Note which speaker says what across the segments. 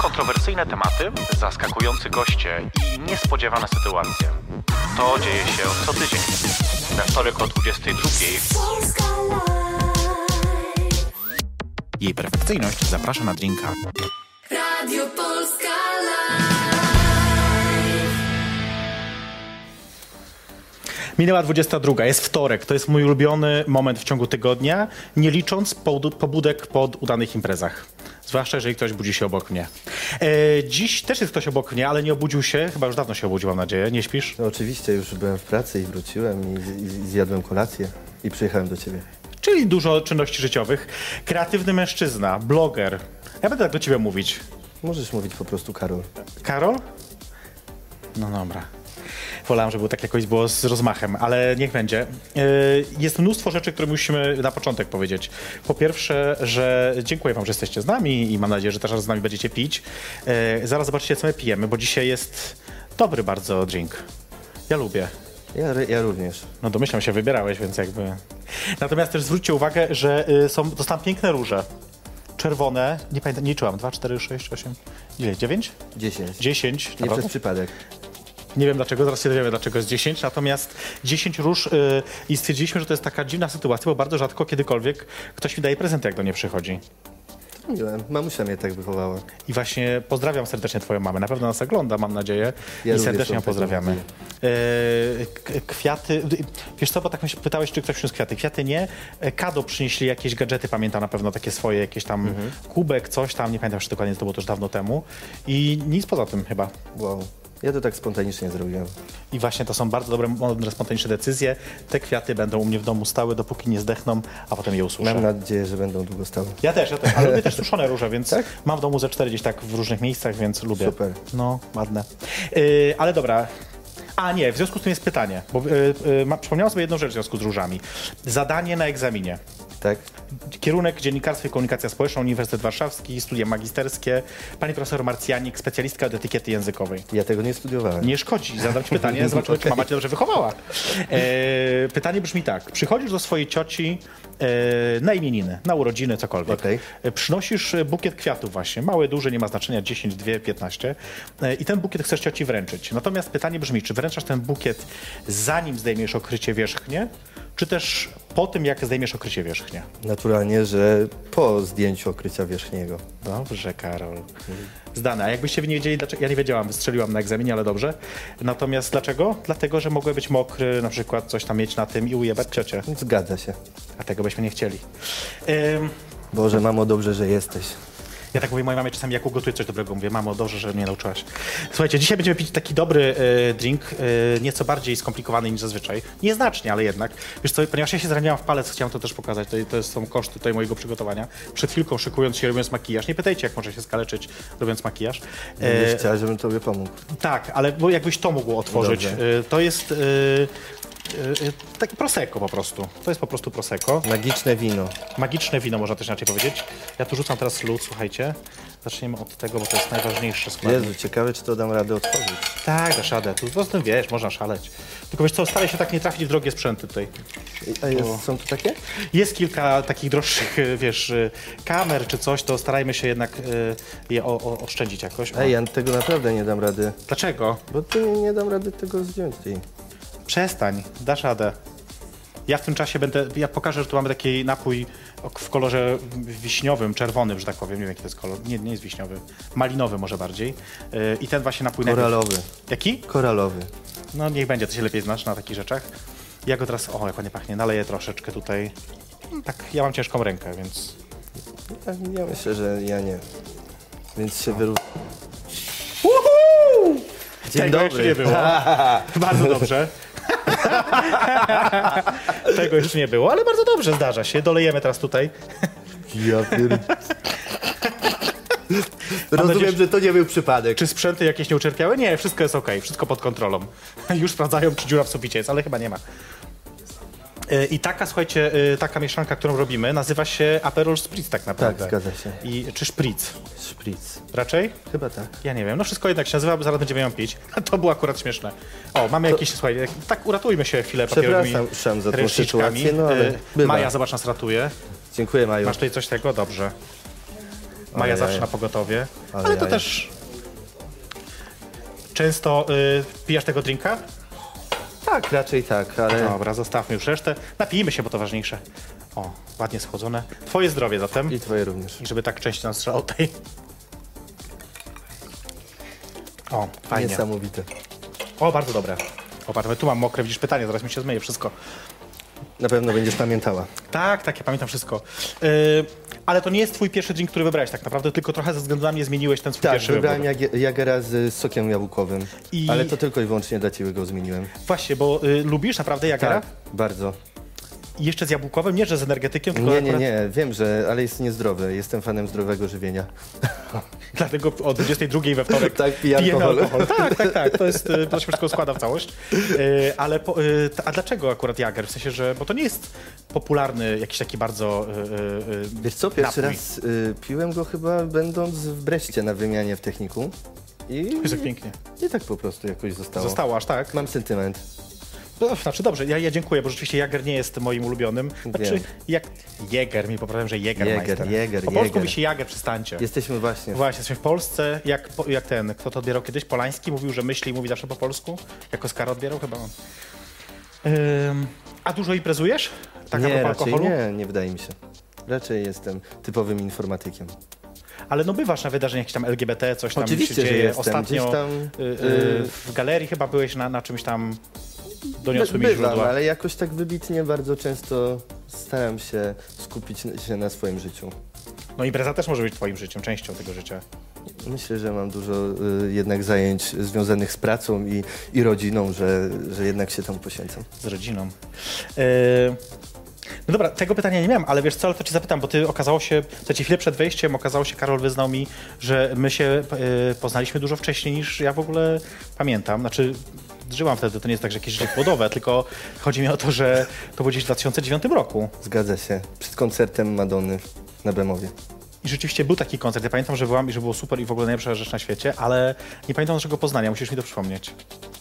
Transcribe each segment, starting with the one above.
Speaker 1: kontrowersyjne tematy, zaskakujący goście i niespodziewane sytuacje. To dzieje się co tydzień. Na wtorek o 22
Speaker 2: Polska Live.
Speaker 1: jej perfekcyjność zaprasza na drinka.
Speaker 2: Radio Polska Live.
Speaker 3: Minęła 22, jest wtorek. To jest mój ulubiony moment w ciągu tygodnia, nie licząc poud- pobudek pod udanych imprezach. Zwłaszcza jeżeli ktoś budzi się obok mnie. E, dziś też jest ktoś obok mnie, ale nie obudził się. Chyba już dawno się obudził, mam nadzieję. Nie śpisz?
Speaker 4: No oczywiście, już byłem w pracy i wróciłem i, z- i, z- i zjadłem kolację i przyjechałem do ciebie.
Speaker 3: Czyli dużo czynności życiowych. Kreatywny mężczyzna, bloger. Ja będę tak do ciebie mówić.
Speaker 4: Możesz mówić po prostu Karol.
Speaker 3: Karol? No dobra. Wolałem, żeby tak jakoś było z rozmachem, ale niech będzie. Yy, Jest mnóstwo rzeczy, które musimy na początek powiedzieć. Po pierwsze, że dziękuję Wam, że jesteście z nami i mam nadzieję, że też z nami będziecie pić. Yy, Zaraz zobaczycie, co my pijemy, bo dzisiaj jest dobry bardzo drink. Ja lubię.
Speaker 4: Ja, re- ja również.
Speaker 3: No domyślam się, wybierałeś, więc jakby. Natomiast też zwróćcie uwagę, że y, są, dostałem piękne róże. Czerwone, nie pamiętam, nie liczyłam. 2, 4, 6, 8, ile? 9?
Speaker 4: 10.
Speaker 3: 10.
Speaker 4: Nie
Speaker 3: naprawdę?
Speaker 4: przez przypadek.
Speaker 3: Nie wiem dlaczego, zaraz się dowiemy dlaczego jest 10, natomiast 10 róż y, i stwierdziliśmy, że to jest taka dziwna sytuacja, bo bardzo rzadko kiedykolwiek ktoś mi daje prezenty, jak do mnie przychodzi.
Speaker 4: Miłem. Mamusia mnie tak wychowała.
Speaker 3: I właśnie pozdrawiam serdecznie twoją mamę, na pewno nas ogląda, mam nadzieję,
Speaker 4: Ja
Speaker 3: i
Speaker 4: również
Speaker 3: serdecznie ją
Speaker 4: ją
Speaker 3: pozdrawiamy.
Speaker 4: tak
Speaker 3: Y, k- kwiaty, wiesz co, bo tak mi się pytałeś, czy ktoś przyniósł kwiaty. Kwiaty nie, E, Kado przynieśli jakieś gadżety, pamiętam na pewno takie swoje, jakieś tam
Speaker 4: Mhm.
Speaker 3: kubek, coś tam, nie pamiętam już dokładnie, to było też dawno temu. I nic poza tym chyba.
Speaker 4: Wow. Ja to tak spontanicznie zrobiłem.
Speaker 3: I właśnie to są bardzo dobre, mądre, spontaniczne decyzje. Te kwiaty będą u mnie w domu stały, dopóki nie zdechną, a potem je ususzę.
Speaker 4: Mam nadzieję, że będą długo stały.
Speaker 3: Ja też, ja też, ale lubię też suszone róże, więc mam w domu ze cztery gdzieś tak w różnych miejscach, więc lubię.
Speaker 4: Super.
Speaker 3: No, ładne. Yy, ale dobra. A nie, w związku z tym jest pytanie, bo yy, yy, ma- przypomniałam sobie jedną rzecz w związku z różami. Zadanie na egzaminie.
Speaker 4: Tak?
Speaker 3: Kierunek Dziennikarstwo i Komunikacja Społeczna, Uniwersytet Warszawski, studia magisterskie. Pani profesor Marcjanik, specjalistka od etykiety językowej.
Speaker 4: Ja tego nie studiowałem.
Speaker 3: Nie szkodzi zadać pytanie, zobaczymy, czy mama cię dobrze wychowała. E, pytanie brzmi tak. Przychodzisz do swojej cioci e, na imieniny, na urodziny, cokolwiek.
Speaker 4: Okej.
Speaker 3: E, przynosisz e, bukiet kwiatów właśnie, mały, duży, nie ma znaczenia, 10, 2, 15. E, I ten bukiet chcesz cioci wręczyć. Natomiast pytanie brzmi, czy wręczasz ten bukiet zanim zdejmiesz okrycie wierzchnie, czy też po tym, jak zdejmiesz okrycie wierzchnie?
Speaker 4: Naturalnie, że po zdjęciu okrycia wierzchniego.
Speaker 3: Dobrze, Karol. Zdane. A jakbyście wy nie wiedzieli, dlaczego. Ja nie wiedziałam, strzeliłam na egzaminie, ale dobrze. Natomiast dlaczego? Dlatego, że mogłem być mokry, na przykład coś tam mieć na tym i ujebać ciocię.
Speaker 4: Zgadza się.
Speaker 3: A tego byśmy nie chcieli. Ym,
Speaker 4: Boże, mamo, dobrze, że jesteś.
Speaker 3: ja tak mówię mojej mamie czasami, jak ugotuję coś dobrego, mówię, mamo, dobrze, że mnie nauczyłaś. Słuchajcie, dzisiaj będziemy pić taki dobry e, drink, e, nieco bardziej skomplikowany niż zazwyczaj. Nieznacznie, ale jednak. Wiesz co, ponieważ ja się zraniałam w palec, chciałam to też pokazać, to, to są koszty tutaj mojego przygotowania. Przed chwilką szykując się, robiąc makijaż, nie pytajcie, jak może się skaleczyć, robiąc makijaż. E,
Speaker 4: Nie chciała, żebym tobie pomógł.
Speaker 3: Tak, ale bo jakbyś to mógł otworzyć.
Speaker 4: Dobrze.
Speaker 3: Y, To jest y, y, y, tak prosecco po prostu. To jest po prostu prosecco.
Speaker 4: Magiczne wino.
Speaker 3: Magiczne wino, można też inaczej powiedzieć. Ja tu rzucam teraz lód, słuchajcie. Zaczniemy od tego, bo to jest najważniejszy składnik.
Speaker 4: Jezu, ciekawe, czy to dam radę otworzyć.
Speaker 3: Tak, dasz radę. Tu po prostu wiesz, można szaleć. Tylko wiesz co, staraj się tak nie trafić w drogie sprzęty tutaj.
Speaker 4: A jest, są tu takie?
Speaker 3: Jest kilka takich droższych, y, wiesz, y, kamer czy coś, to starajmy się jednak y, je o, o, oszczędzić jakoś. O.
Speaker 4: Ej, ja tego naprawdę nie dam rady.
Speaker 3: Dlaczego?
Speaker 4: Bo ty nie, nie dam rady tego zdjąć. Ty.
Speaker 3: Przestań, dasz radę. Ja w tym czasie będę, ja pokażę, że tu mamy taki napój ok- w kolorze wiśniowym, czerwonym, że tak powiem, nie wiem jaki to jest kolor, nie, nie jest wiśniowy, malinowy może bardziej. Yy, I ten właśnie napój... najpierw-
Speaker 4: Koralowy.
Speaker 3: Jaki?
Speaker 4: Koralowy.
Speaker 3: No niech będzie, to się lepiej znasz na takich rzeczach. Ja go teraz, o jak ładnie pachnie, naleję troszeczkę tutaj. Mm, Tak, ja mam ciężką rękę, więc...
Speaker 4: Ja, No tak, ja myślę, że ja nie. Więc się wyrównam. Dzień
Speaker 3: Tego
Speaker 4: dobry.
Speaker 3: jeszcze nie było. bardzo dobrze. Tego jeszcze nie było, ale bardzo dobrze zdarza się. Dolejemy teraz tutaj.
Speaker 4: Ja pier... Rozumiem,
Speaker 3: nadzieję,
Speaker 4: że to nie był przypadek.
Speaker 3: Czy sprzęty jakieś nie ucierpiały? Nie, wszystko jest ok, wszystko pod kontrolą. Już sprawdzają, czy dziura w suficie jest, ale chyba nie ma. E, I taka, słuchajcie, e, taka mieszanka, którą robimy, nazywa się Aperol Spritz tak naprawdę.
Speaker 4: Tak, zgadza się.
Speaker 3: I, czy Spritz
Speaker 4: Szpric.
Speaker 3: raczej?
Speaker 4: Chyba tak.
Speaker 3: Ja nie wiem, no wszystko jednak się nazywa, bo zaraz będziemy ją pić. To było akurat śmieszne. O, mamy jakieś, słuchaj, jak- tak uratujmy się chwilę papierowymi
Speaker 4: Przepraszam za tą
Speaker 3: ręczniczkami.
Speaker 4: sytuację, no ale
Speaker 3: E,
Speaker 4: bywa.
Speaker 3: Maja, zobacz, nas ratuje.
Speaker 4: Dziękuję, Maju.
Speaker 3: Masz tutaj coś tego? Dobrze. Maja
Speaker 4: Ajajaj.
Speaker 3: zawsze na pogotowie. Ale,
Speaker 4: Ajajaj.
Speaker 3: to też... Często y, pijasz tego drinka?
Speaker 4: Tak, raczej tak, ale
Speaker 3: Dobra, zostawmy już resztę. Napijmy się, bo to ważniejsze. O, ładnie schłodzone. Twoje zdrowie zatem.
Speaker 4: i twoje również.
Speaker 3: I żeby tak częściej nas strzelał tej. O, fajnie.
Speaker 4: Niesamowite.
Speaker 3: O, bardzo dobre. O, patrz, tu mam mokre, widzisz pytanie, zaraz mi się zmyje wszystko.
Speaker 4: Na pewno będziesz pamiętała.
Speaker 3: Tak, tak, ja pamiętam wszystko. Yy, ale to nie jest twój pierwszy drink, który wybrałeś tak naprawdę, tylko trochę ze względu na mnie zmieniłeś ten swój
Speaker 4: Tak,
Speaker 3: pierwszy
Speaker 4: wybrałem
Speaker 3: wybór.
Speaker 4: jagie- Jagera z sokiem jabłkowym,
Speaker 3: I-
Speaker 4: ale to tylko i wyłącznie dla ciebie go zmieniłem.
Speaker 3: Właśnie, bo y, lubisz naprawdę Jagera?
Speaker 4: Tak, bardzo.
Speaker 3: I jeszcze z jabłkowym, nie że z energetykiem, tylko
Speaker 4: Nie, nie,
Speaker 3: akurat-
Speaker 4: nie, wiem, że, ale jest niezdrowy. Jestem fanem zdrowego żywienia.
Speaker 3: Dlatego o 22 we wtorek
Speaker 4: Tak, pij
Speaker 3: pijemy
Speaker 4: alkohol.
Speaker 3: Tak, tak, tak. To, jest, y, to się wszystko składa w całość. Y, Ale po, y, t- a dlaczego akurat Jager? W sensie, że bo to nie jest popularny jakiś taki bardzo. y, y, y,
Speaker 4: Wiesz co, pierwszy
Speaker 3: napój.
Speaker 4: raz y, piłem go chyba będąc w Breście na wymianie w techniku. I,
Speaker 3: Jest tak pięknie.
Speaker 4: i tak po prostu jakoś zostało.
Speaker 3: Zostało aż tak.
Speaker 4: Mam sentyment.
Speaker 3: No, Znaczy dobrze, ja, ja dziękuję, bo rzeczywiście Jager nie jest moim ulubionym. Znaczy,
Speaker 4: Wiem.
Speaker 3: jak. Jager, mi poprawiam, że Jager
Speaker 4: Jäger, Jäger,
Speaker 3: Po polsku
Speaker 4: Jäger.
Speaker 3: mi się Jager, przestańcie.
Speaker 4: Jesteśmy właśnie. W...
Speaker 3: Właśnie, jesteśmy w Polsce, jak, po- jak ten, kto to odbierał kiedyś, Polański, mówił, że myśli i mówi zawsze po polsku, jak Oscar odbierał chyba on. Ym, a dużo imprezujesz? Tak a
Speaker 4: nie,
Speaker 3: propos
Speaker 4: raczej
Speaker 3: alkoholu?
Speaker 4: nie, nie wydaje mi się. Raczej jestem typowym informatykiem.
Speaker 3: Ale no bywasz na wydarzeniach jakieś tam LGBT, coś tam
Speaker 4: Oczywiście,
Speaker 3: się
Speaker 4: że
Speaker 3: dzieje.
Speaker 4: jestem.
Speaker 3: Ostatnio
Speaker 4: Gdzieś tam,
Speaker 3: y, y,
Speaker 4: y,
Speaker 3: w galerii chyba byłeś na, na czymś tam
Speaker 4: By,
Speaker 3: doniosłymi
Speaker 4: bywam,
Speaker 3: źródła.
Speaker 4: ale jakoś tak wybitnie bardzo często staram się skupić n- się na swoim życiu.
Speaker 3: No impreza też może być twoim życiem, częścią tego życia.
Speaker 4: Myślę, że mam dużo y, jednak zajęć związanych z pracą i, i rodziną, że, że jednak się tam poświęcam.
Speaker 3: z rodziną. E, No dobra, tego pytania nie miałem, ale wiesz co, ale to cię zapytam, bo ty okazało się, to ci chwilę przed wejściem okazało się, Karol wyznał mi, że my się e, poznaliśmy dużo wcześniej niż ja w ogóle pamiętam. Znaczy, żyłam wtedy, to nie jest tak, że jakieś życie płodowe, tylko chodzi mi o to, że to było gdzieś w 2009 roku.
Speaker 4: Zgadza się. Przed koncertem Madony na Bemowie.
Speaker 3: I rzeczywiście był taki koncert, ja pamiętam, że byłam i że było super i w ogóle najlepsza rzecz na świecie, ale nie pamiętam naszego poznania, musisz mi to przypomnieć.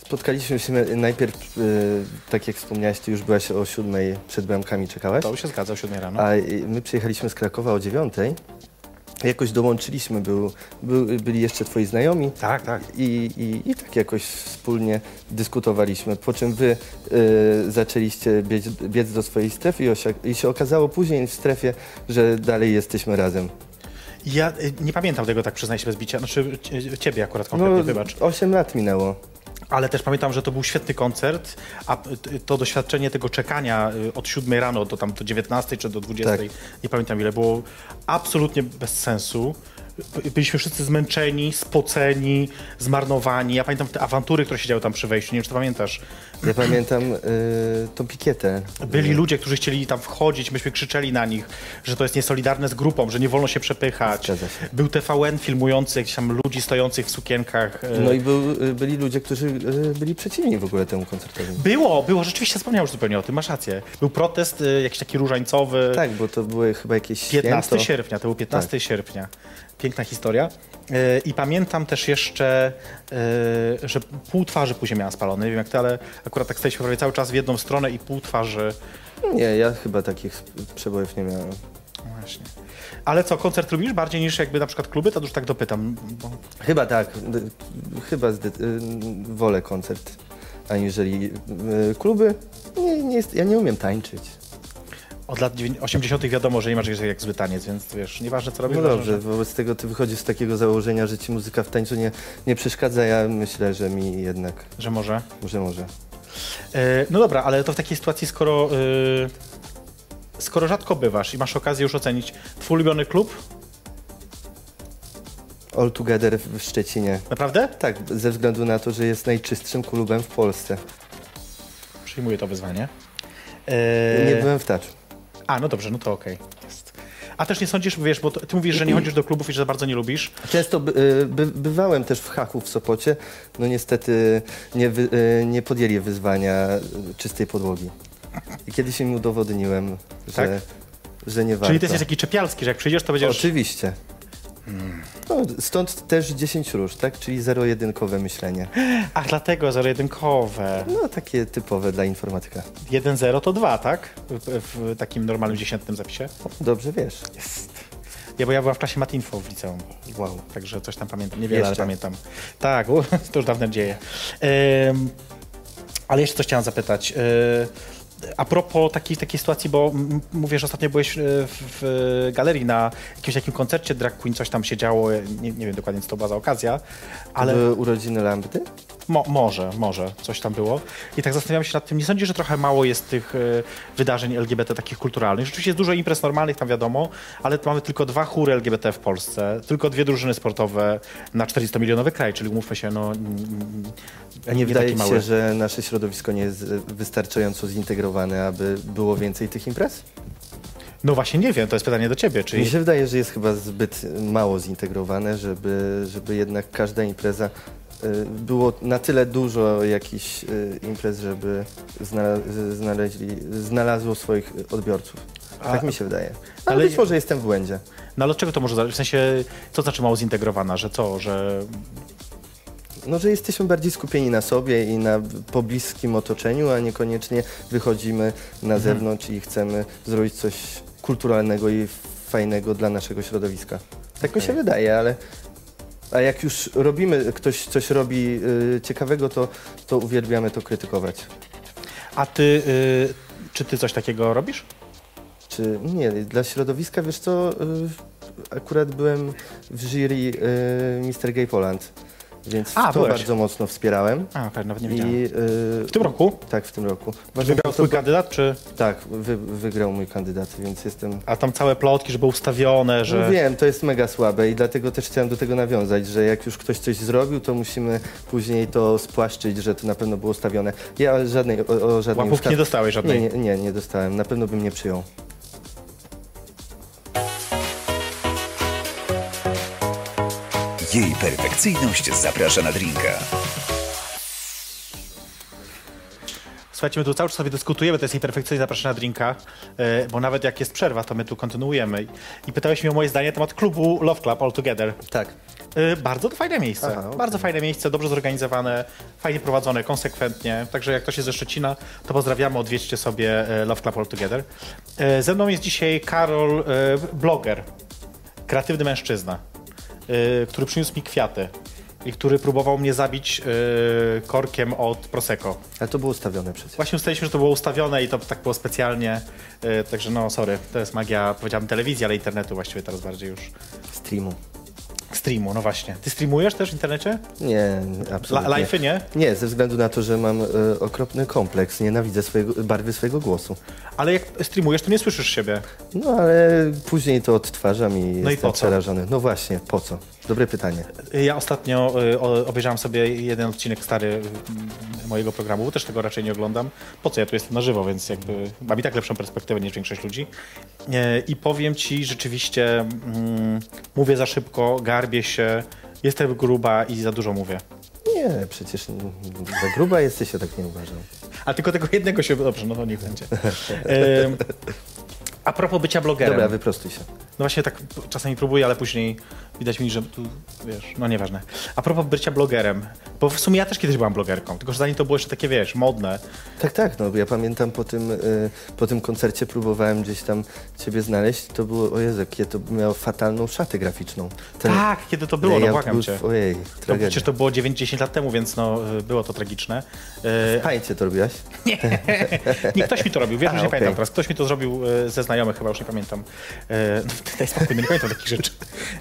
Speaker 4: Spotkaliśmy się najpierw, y, tak jak wspomniałeś, ty już byłaś o siódmej przed bramkami czekałaś,
Speaker 3: To się zgadza o 7 rano.
Speaker 4: a y, my przyjechaliśmy z Krakowa o dziewiątej. Jakoś dołączyliśmy, był, był, byli jeszcze twoi znajomi.
Speaker 3: Tak, tak.
Speaker 4: I, i, I tak jakoś wspólnie dyskutowaliśmy, po czym wy y, zaczęliście biec, biec do swojej strefy i, osia, i się okazało później w strefie, że dalej jesteśmy razem.
Speaker 3: Ja e, nie pamiętam tego, tak przyznaję się bez bicia, znaczy cie- ciebie akurat
Speaker 4: No,
Speaker 3: konkretnie, wybacz.
Speaker 4: 8 lat minęło.
Speaker 3: Ale też pamiętam, że to był świetny koncert, a t- to doświadczenie tego czekania y, od 7 rano do tam do 19 czy do 20,
Speaker 4: Tak.
Speaker 3: nie pamiętam ile, było absolutnie bez sensu. By- Byliśmy wszyscy zmęczeni, spoceni, zmarnowani. Ja pamiętam te awantury, które się działy tam przy wejściu, nie wiem czy to pamiętasz.
Speaker 4: Ja pamiętam y, tą pikietę.
Speaker 3: Byli ludzie, którzy chcieli tam wchodzić, myśmy krzyczeli na nich, że to jest niesolidarne z grupą, że nie wolno się przepychać.
Speaker 4: Zgadza się.
Speaker 3: Był TVN filmujący jakichś tam ludzi stojących w sukienkach. y,
Speaker 4: No i był, y, byli ludzie, którzy y, byli przeciwni w ogóle temu koncertowi.
Speaker 3: Było, było, rzeczywiście zapomniałem już zupełnie o tym, masz rację. Był protest y, jakiś taki różańcowy.
Speaker 4: Tak, bo to były chyba jakieś
Speaker 3: 15
Speaker 4: święto. Tak.
Speaker 3: sierpnia, to był 15 sierpnia. Piękna historia. Yy, I pamiętam też jeszcze, yy, że pół twarzy później miałam spalone. Nie wiem jak ty, ale akurat tak staliśmy prawie cały czas w jedną stronę i pół twarzy.
Speaker 4: Nie, ja chyba takich przebojów nie miałem.
Speaker 3: No Właśnie. Ale co, koncert lubisz bardziej niż jakby na przykład kluby? To już tak dopytam. Bo...
Speaker 4: Chyba tak, d- chyba zde- y, wolę koncert aniżeli y, kluby. Nie, nie jest, ja nie umiem tańczyć.
Speaker 3: Od lat dziewię- 80. wiadomo, że nie ma czegoś takiego jak zły taniec, więc wiesz, nieważne co robisz.
Speaker 4: No
Speaker 3: ważne,
Speaker 4: dobrze, wobec tego ty wychodzisz z takiego założenia, że ci muzyka w tańcu nie, nie przeszkadza. Ja myślę, że mi jednak,
Speaker 3: Że, że może.
Speaker 4: że może.
Speaker 3: E, No dobra, ale to w takiej sytuacji, skoro, y, skoro rzadko bywasz i masz okazję już ocenić twój ulubiony klub,
Speaker 4: All Together w w Szczecinie.
Speaker 3: naprawdę?
Speaker 4: Tak, ze względu na to, że jest najczystszym klubem w Polsce.
Speaker 3: Przyjmuję to wyzwanie.
Speaker 4: Nie
Speaker 3: E,
Speaker 4: byłem w taczu.
Speaker 3: A, no dobrze, no to okej. Jest. A też nie sądzisz, wiesz, bo to- ty mówisz, że nie chodzisz do klubów i że za bardzo nie lubisz.
Speaker 4: Często by, y, by, bywałem też w Haku w Sopocie. No niestety nie, wy, y, nie podjęli wyzwania y, czystej podłogi. I kiedyś im udowodniłem, że,
Speaker 3: Tak?
Speaker 4: że nie warto.
Speaker 3: Czyli ty jesteś taki czepialski, że jak przyjdziesz, to będziesz...
Speaker 4: Oczywiście. No, stąd też 10 róż, tak? Czyli zero-jedynkowe myślenie.
Speaker 3: Ach, dlatego zero-jedynkowe.
Speaker 4: No takie typowe dla informatyka.
Speaker 3: 1-0 to 2, tak? W, w takim normalnym dziesiętnym zapisie.
Speaker 4: Dobrze wiesz.
Speaker 3: Ja, bo ja byłam w klasie Matinfo w liceum.
Speaker 4: Wow.
Speaker 3: Także coś tam pamiętam. Niewiele
Speaker 4: Jeszcze.
Speaker 3: ale pamiętam. Tak, u, to już dawne dzieje. Em, ale jeszcze coś chciałem zapytać. E, a propos takiej, takiej sytuacji, bo m- mówię, że ostatnio byłeś e, w, w galerii na jakimś takim koncercie drag queen, coś tam się działo, e, nie, nie wiem dokładnie, co to była za okazja, ale...
Speaker 4: Były urodziny Lambdy?
Speaker 3: Mo, może, może, coś tam było. I tak zastanawiam się nad tym, nie sądzisz, że trochę mało jest tych e, wydarzeń LGBT takich kulturalnych? Rzeczywiście jest dużo imprez normalnych, tam wiadomo, ale tu mamy tylko dwa chóry LGBT w Polsce, tylko dwie drużyny sportowe na 400-milionowy kraj, czyli umówmy się, no... mm, mm,
Speaker 4: A nie, wydaje
Speaker 3: taki
Speaker 4: ci się,
Speaker 3: mały.
Speaker 4: że nasze środowisko nie jest y, wystarczająco zintegrowane, aby było więcej tych imprez?
Speaker 3: No właśnie nie wiem, to jest pytanie do ciebie,
Speaker 4: Mi
Speaker 3: czyli...
Speaker 4: się wydaje, że jest chyba zbyt mało zintegrowane, żeby, żeby jednak każda impreza y, było na tyle dużo jakichś y, imprez, żeby znala znaleźli, znalazło swoich odbiorców. tak mi się wydaje. Ale,
Speaker 3: ale-
Speaker 4: być może jestem w błędzie.
Speaker 3: No ale od czego to może zależeć? W sensie, co znaczy mało zintegrowana, że co, że...
Speaker 4: No, że jesteśmy bardziej skupieni na sobie i na pobliskim otoczeniu, a niekoniecznie wychodzimy
Speaker 3: Mhm.
Speaker 4: na zewnątrz i chcemy zrobić coś kulturalnego i fajnego dla naszego środowiska. Tak mi się wydaje, ale a jak już robimy, ktoś coś robi y, ciekawego, to, to uwielbiamy to krytykować.
Speaker 3: A ty, y, czy ty coś takiego robisz?
Speaker 4: Czy nie, dla środowiska, wiesz co, y, akurat byłem w jury y, Mr. Gay Poland, więc
Speaker 3: A,
Speaker 4: to
Speaker 3: byłeś.
Speaker 4: bardzo mocno wspierałem.
Speaker 3: A, okej, nawet nie wiedziałem.
Speaker 4: I, y,
Speaker 3: W tym roku?
Speaker 4: Tak, w tym roku.
Speaker 3: Czy wygrał twój kandydat, czy...
Speaker 4: Tak, wy, wygrał mój kandydat, więc jestem.
Speaker 3: A tam całe plotki, że były ustawione, że...
Speaker 4: No wiem, to jest mega słabe i dlatego też chciałem do tego nawiązać, że jak już ktoś coś zrobił, to musimy później to spłaszczyć, że to na pewno było stawione. Ja żadnej, o, o żadnej
Speaker 3: Łapówki
Speaker 4: usta-
Speaker 3: nie dostałeś żadnej?
Speaker 4: Nie, nie, nie, nie dostałem. Na pewno bym nie przyjął.
Speaker 5: Jej perfekcyjność zaprasza na drinka.
Speaker 3: Słuchajcie, my tu cały czas sobie dyskutujemy, to jest imperfekcyjnie zapraszana drinka, e, bo nawet jak jest przerwa, to my tu kontynuujemy. I pytałeś mnie o moje zdanie na temat klubu Love Club All Together.
Speaker 4: Tak.
Speaker 3: E, Bardzo to fajne miejsce,
Speaker 4: Aha, okej.
Speaker 3: bardzo fajne miejsce, dobrze zorganizowane, fajnie prowadzone, konsekwentnie. Także jak ktoś jest ze Szczecina, to pozdrawiamy, odwiedźcie sobie e, Love Club All Together. E, Ze mną jest dzisiaj Karol, e, bloger, kreatywny mężczyzna, e, który przyniósł mi kwiaty i który próbował mnie zabić e, korkiem od Prosecco.
Speaker 4: Ale to było ustawione przecież.
Speaker 3: Właśnie ustaliliśmy, że to było ustawione i to tak było specjalnie. e, także no, sorry, to jest magia, powiedziałbym telewizji, ale internetu właściwie teraz bardziej już.
Speaker 4: Streamu.
Speaker 3: Streamu, no właśnie. Ty streamujesz też w internecie?
Speaker 4: Nie, absolutnie.
Speaker 3: La- live'y nie?
Speaker 4: Nie, ze względu na to, że mam e, okropny kompleks. Nienawidzę swojego, barwy swojego głosu.
Speaker 3: Ale jak streamujesz, to nie słyszysz siebie.
Speaker 4: No ale później to odtwarzam i
Speaker 3: po
Speaker 4: jestem
Speaker 3: co?
Speaker 4: przerażony. No właśnie, po co? Dobre pytanie.
Speaker 3: Ja ostatnio y, o- obejrzałem sobie jeden odcinek stary y, mojego programu, bo też tego raczej nie oglądam. Po co ja tu jestem na żywo, więc jakby mam i tak lepszą perspektywę niż większość ludzi. E, I powiem ci rzeczywiście, mm, mówię za szybko, garbię się, jestem gruba i za dużo mówię.
Speaker 4: Nie, przecież n- za gruba jesteś, ja tak nie uważam.
Speaker 3: A tylko tego jednego się... Dobrze, no to niech będzie. Ym, a propos bycia blogerem.
Speaker 4: Dobra, wyprostuj się.
Speaker 3: No właśnie tak p- czasami próbuję, ale później widać mi, że tu, wiesz, no nieważne. A propos bycia blogerem, bo w sumie ja też kiedyś byłam blogerką, tylko że zanim to było jeszcze takie, wiesz, modne.
Speaker 4: Tak, tak, no ja pamiętam po tym, y, po tym koncercie próbowałem gdzieś tam ciebie znaleźć, to było, o Jezu, jakie to miało fatalną szatę graficzną. Ten
Speaker 3: tak, kiedy to było, no
Speaker 4: layout
Speaker 3: błagam
Speaker 4: był-
Speaker 3: cię.
Speaker 4: Ojej,
Speaker 3: To
Speaker 4: tragedia.
Speaker 3: przecież to było 9-10 lat temu, więc no, y, było to tragiczne. Y,
Speaker 4: W Pańcie to robiłaś?
Speaker 3: Nie, ktoś mi to robił, wiesz,
Speaker 4: A,
Speaker 3: że nie
Speaker 4: okej.
Speaker 3: pamiętam teraz. Ktoś mi to zrobił e, ze znajomych, chyba już nie pamiętam. E, no, Daj spokój, no nie pamiętam takich rzeczy.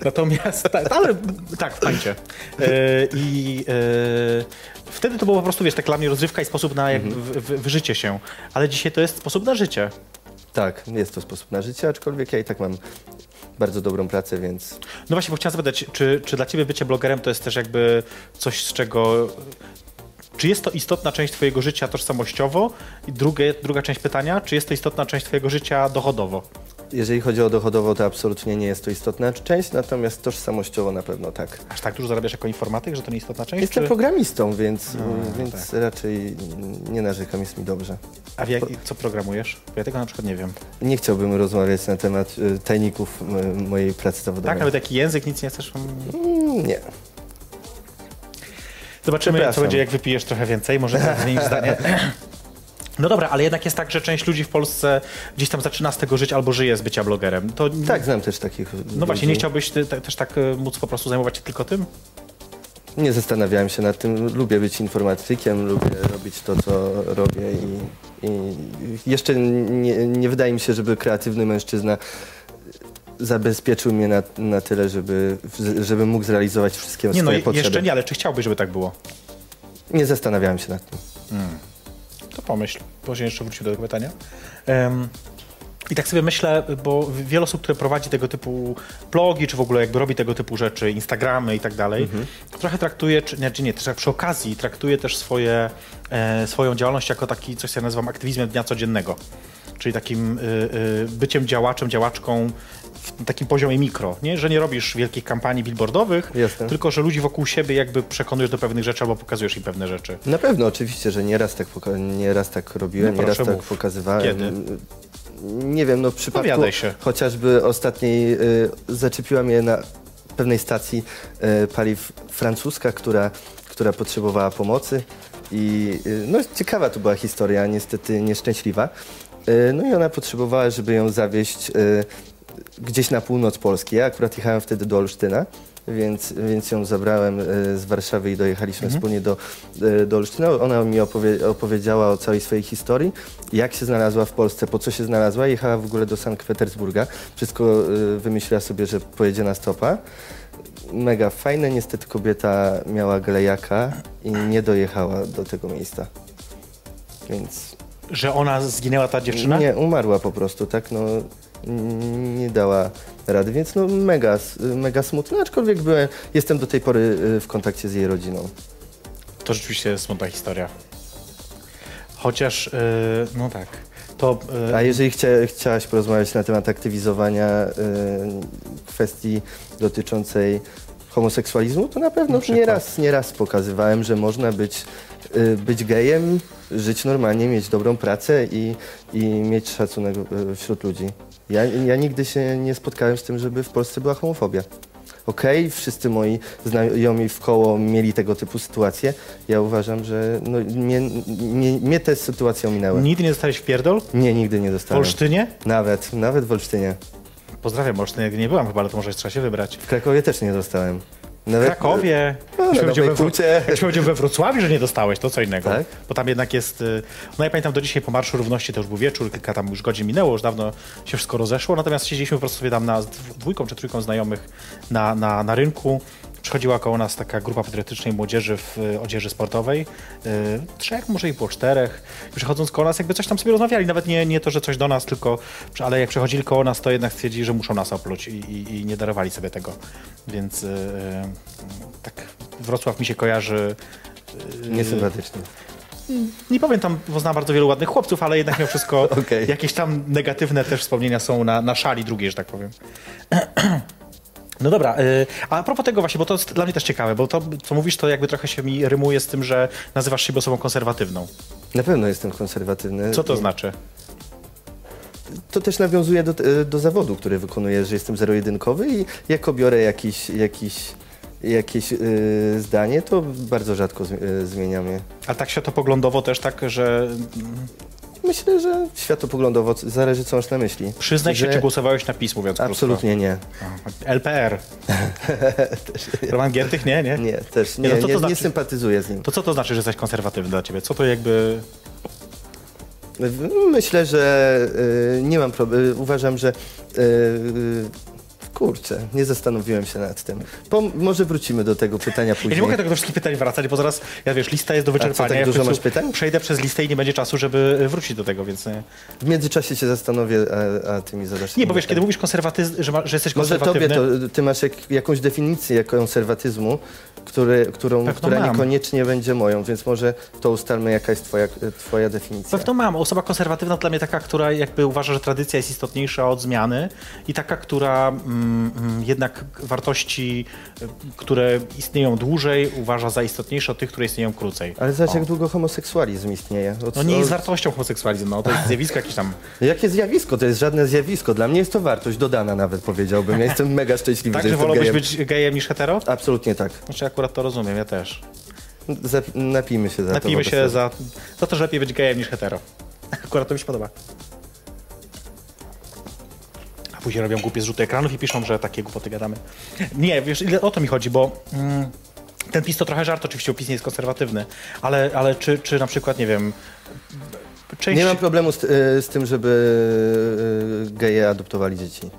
Speaker 3: Natomiast, tak, ale m, tak, w pańcie. E, I e, wtedy to było po prostu, wiesz, tak dla mnie rozrywka i sposób na jak,
Speaker 4: Mhm.
Speaker 3: w, w, wyżycie się. Ale dzisiaj to jest sposób na życie.
Speaker 4: Tak, jest to sposób na życie, aczkolwiek ja i tak mam bardzo dobrą pracę, więc
Speaker 3: No właśnie, bo chciałem zapytać, czy, czy dla ciebie bycie blogerem to jest też jakby coś, z czego... Czy jest to istotna część twojego życia tożsamościowo? I drugie, druga część pytania, czy jest to istotna część twojego życia dochodowo?
Speaker 4: jeżeli chodzi o dochodowo, to absolutnie nie jest to istotna część, natomiast tożsamościowo na pewno tak.
Speaker 3: Aż tak dużo zarabiasz jako informatyk, że to nie istotna część?
Speaker 4: Jestem
Speaker 3: czy-
Speaker 4: programistą, więc,
Speaker 3: no tak.
Speaker 4: więc raczej nie narzekam, jest mi dobrze.
Speaker 3: A w jak, co programujesz? Bo ja tego na przykład nie wiem.
Speaker 4: Nie chciałbym rozmawiać na temat y, tajników y, mojej pracy
Speaker 3: Tak,
Speaker 4: zawodowej.
Speaker 3: nawet taki język, nic nie chcesz. mm.
Speaker 4: Mm, Nie.
Speaker 3: Zobaczymy, co
Speaker 4: Przepraszam.
Speaker 3: będzie, jak wypijesz trochę więcej. Może zmienisz zdanie. No dobra, ale jednak jest tak, że część ludzi w Polsce gdzieś tam zaczyna z tego żyć albo żyje z bycia blogerem. To
Speaker 4: Tak, znam też takich
Speaker 3: No właśnie, nie
Speaker 4: ludzi.
Speaker 3: chciałbyś ty, te- też tak e, móc po prostu zajmować się tylko tym?
Speaker 4: Nie zastanawiałem się nad tym. Lubię być informatykiem, lubię robić to, co robię i, i jeszcze nie, nie wydaje mi się, żeby kreatywny mężczyzna zabezpieczył mnie na, na tyle, żeby, żeby mógł zrealizować wszystkie
Speaker 3: Nie no,
Speaker 4: swoje
Speaker 3: je,
Speaker 4: potrzeby.
Speaker 3: jeszcze nie, ale czy chciałbyś, żeby tak było?
Speaker 4: nie zastanawiałem się nad tym.
Speaker 3: To pomyśl. Później jeszcze wrócimy do tego pytania. Em, I tak sobie myślę, bo w- wiele osób, które prowadzi tego typu blogi, czy w ogóle jakby robi tego typu rzeczy, Instagramy i tak dalej, trochę traktuje, czy nie, czy nie też tak przy okazji traktuje też swoje, e, swoją działalność jako taki, coś co ja nazywam aktywizmem dnia codziennego. Czyli takim y, y, byciem działaczem, działaczką w takim poziomie mikro, nie? że nie robisz wielkich kampanii billboardowych,
Speaker 4: Jasne.
Speaker 3: tylko że ludzi wokół siebie jakby przekonujesz do pewnych rzeczy albo pokazujesz im pewne rzeczy.
Speaker 4: Na pewno, oczywiście, że nieraz tak, poka- nieraz tak robiłem,
Speaker 3: No
Speaker 4: nieraz
Speaker 3: proszę
Speaker 4: tak
Speaker 3: mów.
Speaker 4: pokazywałem.
Speaker 3: Kiedy?
Speaker 4: Nie wiem, no w przypadku
Speaker 3: Powiadaj się.
Speaker 4: chociażby ostatniej y, zaczepiła mnie na pewnej stacji y, paliw francuska, która, która potrzebowała pomocy i y, no ciekawa to była historia, niestety nieszczęśliwa. Y, no i ona potrzebowała, żeby ją zawieźć y, gdzieś na północ Polski. Ja akurat jechałem wtedy do Olsztyna, więc, więc ją zabrałem e, z Warszawy i dojechaliśmy wspólnie do, e, do Olsztyna. Ona mi opowie, opowiedziała o całej swojej historii, jak się znalazła w Polsce, po co się znalazła. Jechała w ogóle do Sankt Petersburga. Wszystko e, wymyśliła sobie, że pojedzie na stopa. Mega fajne, niestety kobieta miała glejaka i nie dojechała do tego miejsca. Więc
Speaker 3: Że ona zginęła, ta dziewczyna?
Speaker 4: nie, umarła po prostu, tak? No, n- nie dała rady, więc no mega, s- mega smutne, aczkolwiek byłem, jestem do tej pory y, w kontakcie z jej rodziną.
Speaker 3: To rzeczywiście smutna historia. Chociaż, yy, no tak, to
Speaker 4: A
Speaker 3: yy,
Speaker 4: jeżeli chcia, chciałaś porozmawiać na temat aktywizowania y, kwestii dotyczącej homoseksualizmu, to na pewno
Speaker 3: przykład.
Speaker 4: nieraz, nieraz pokazywałem, że można być, y, być gejem, żyć normalnie, mieć dobrą pracę i, i mieć szacunek y, wśród ludzi. Ja, ja nigdy się nie spotkałem z tym, żeby w Polsce była homofobia. Okej, wszyscy moi znajomi w koło mieli tego typu sytuacje. Ja uważam, że no, mnie, mnie, mnie te sytuacje ominęły.
Speaker 3: nigdy nie dostałeś w pierdol w
Speaker 4: Nie, nigdy nie dostałem.
Speaker 3: Olsztynie?
Speaker 4: Nawet, nawet w Olsztynie.
Speaker 3: Pozdrawiam Olsztyn, jak nie byłam chyba, ale to może trzeba się wybrać.
Speaker 4: W Krakowie też nie dostałem.
Speaker 3: W
Speaker 4: Nawet,
Speaker 3: Krakowie,
Speaker 4: No,
Speaker 3: jak
Speaker 4: na
Speaker 3: się powiedział
Speaker 4: Nowej
Speaker 3: we Wro-
Speaker 4: Hucie.
Speaker 3: jak się powiedział we Wrocławiu, że nie dostałeś, to co innego.
Speaker 4: Tak?
Speaker 3: Bo tam jednak jest, yy, no ja pamiętam do dzisiaj po Marszu Równości, to już był wieczór, kilka tam już godzin minęło, już dawno się wszystko rozeszło, natomiast siedzieliśmy po prostu sobie tam na z dw- dwójką czy trójką znajomych na, na, na rynku. Przychodziła koło nas taka grupa patriotycznej młodzieży w y, odzieży sportowej. y, trzech, może i po czterech. I Przechodząc koło nas, jakby coś tam sobie rozmawiali. Nawet nie, nie to, że coś do nas, tylko. Ale jak przechodzili koło nas, to jednak stwierdzili, że muszą nas opluć i, i, i nie darowali sobie tego. Więc y, y, tak Wrocław mi się kojarzy.
Speaker 4: e,
Speaker 3: y,
Speaker 4: Niesympatycznie.
Speaker 3: nie powiem tam, bo znam bardzo wielu ładnych chłopców, ale jednak mimo wszystko
Speaker 4: Okej.
Speaker 3: jakieś tam negatywne też wspomnienia są na, na szali drugiej, że tak powiem. No dobra, y, a propos tego właśnie, bo to jest dla mnie też ciekawe, bo to, co mówisz, to jakby trochę się mi rymuje z tym, że nazywasz siebie osobą konserwatywną.
Speaker 4: Na pewno jestem konserwatywny.
Speaker 3: Co to znaczy?
Speaker 4: To też nawiązuje do, t- do zawodu, który wykonuję, że jestem zero-jedynkowy i jak obiorę jakiś, jakiś, jakieś y, zdanie, to bardzo rzadko zmi- y, zmieniam je.
Speaker 3: A tak światopoglądowo też tak, że mm,
Speaker 4: Myślę, że światopoglądowo c- zależy, co masz na myśli.
Speaker 3: przyznaj się,
Speaker 4: że...
Speaker 3: czy głosowałeś na PiS, mówiąc
Speaker 4: Absolutnie nie.
Speaker 3: krótko. Absolutnie. LPR. Roman Giertych? Nie, nie.
Speaker 4: Nie, też
Speaker 3: Nie,
Speaker 4: nie,
Speaker 3: no
Speaker 4: nie,
Speaker 3: co to
Speaker 4: nie,
Speaker 3: znaczy?
Speaker 4: sympatyzuję z nim.
Speaker 3: To co to znaczy, że jesteś konserwatywny dla ciebie? Co to jakby...
Speaker 4: Myślę, że y, nie mam problemu. Uważam, że. y, y, Kurczę, nie zastanowiłem się nad tym. Po, może wrócimy do tego pytania później.
Speaker 3: Ja nie mogę tak do wszystkich pytań wracać, bo zaraz, ja wiesz, lista jest do wyczerpania.
Speaker 4: tak
Speaker 3: Ja w
Speaker 4: dużo
Speaker 3: końcu
Speaker 4: masz pytań?
Speaker 3: Przejdę przez listę i nie będzie czasu, żeby y, wrócić do tego, więc... y,
Speaker 4: W międzyczasie się zastanowię, a, a ty mi zadasz.
Speaker 3: Nie, bo wiesz,
Speaker 4: pytanie.
Speaker 3: kiedy mówisz konserwatyzm, że, ma, że jesteś
Speaker 4: Może tak. No, tobie
Speaker 3: konserwatywny...
Speaker 4: to, y, ty masz jak, jakąś definicję konserwatyzmu, który, którą,
Speaker 3: Pewno
Speaker 4: która
Speaker 3: Tak, no mam.
Speaker 4: niekoniecznie będzie moją, więc może to ustalmy, jaka jest twoja, twoja definicja.
Speaker 3: Pewno mam. Osoba konserwatywna dla mnie taka, która jakby uważa, że tradycja jest istotniejsza od zmiany i taka, która mm, mm, jednak wartości, y, które istnieją dłużej, uważa za istotniejsze od tych, które istnieją krócej.
Speaker 4: Ale zobacz,
Speaker 3: O.
Speaker 4: jak długo homoseksualizm istnieje. Od,
Speaker 3: No nie jest
Speaker 4: od,
Speaker 3: wartością homoseksualizm, no to jest zjawisko jakieś tam...
Speaker 4: Jakie zjawisko? To jest żadne zjawisko. Dla mnie jest to wartość dodana nawet, powiedziałbym. Ja jestem mega szczęśliwy,
Speaker 3: Tak,
Speaker 4: że
Speaker 3: że
Speaker 4: jestem
Speaker 3: wolałbyś
Speaker 4: gejem.
Speaker 3: być gejem niż hetero?
Speaker 4: Absolutnie tak.
Speaker 3: Znaczy akurat to rozumiem, ja też.
Speaker 4: Zap- napijmy się za to.
Speaker 3: Napijmy się
Speaker 4: po prostu.
Speaker 3: za, za to, że lepiej być gejem niż hetero. Akurat to mi się podoba. A później robią głupie zrzuty ekranów i piszą, że takie głupoty gadamy. Nie, wiesz, ile o to mi chodzi, bo mm, ten PiS to trochę żart, oczywiście, bo PiS nie jest konserwatywny, ale, ale czy, czy na przykład, nie wiem, część...
Speaker 4: Nie mam problemu z, y, z tym, żeby y, geje adoptowali dzieci.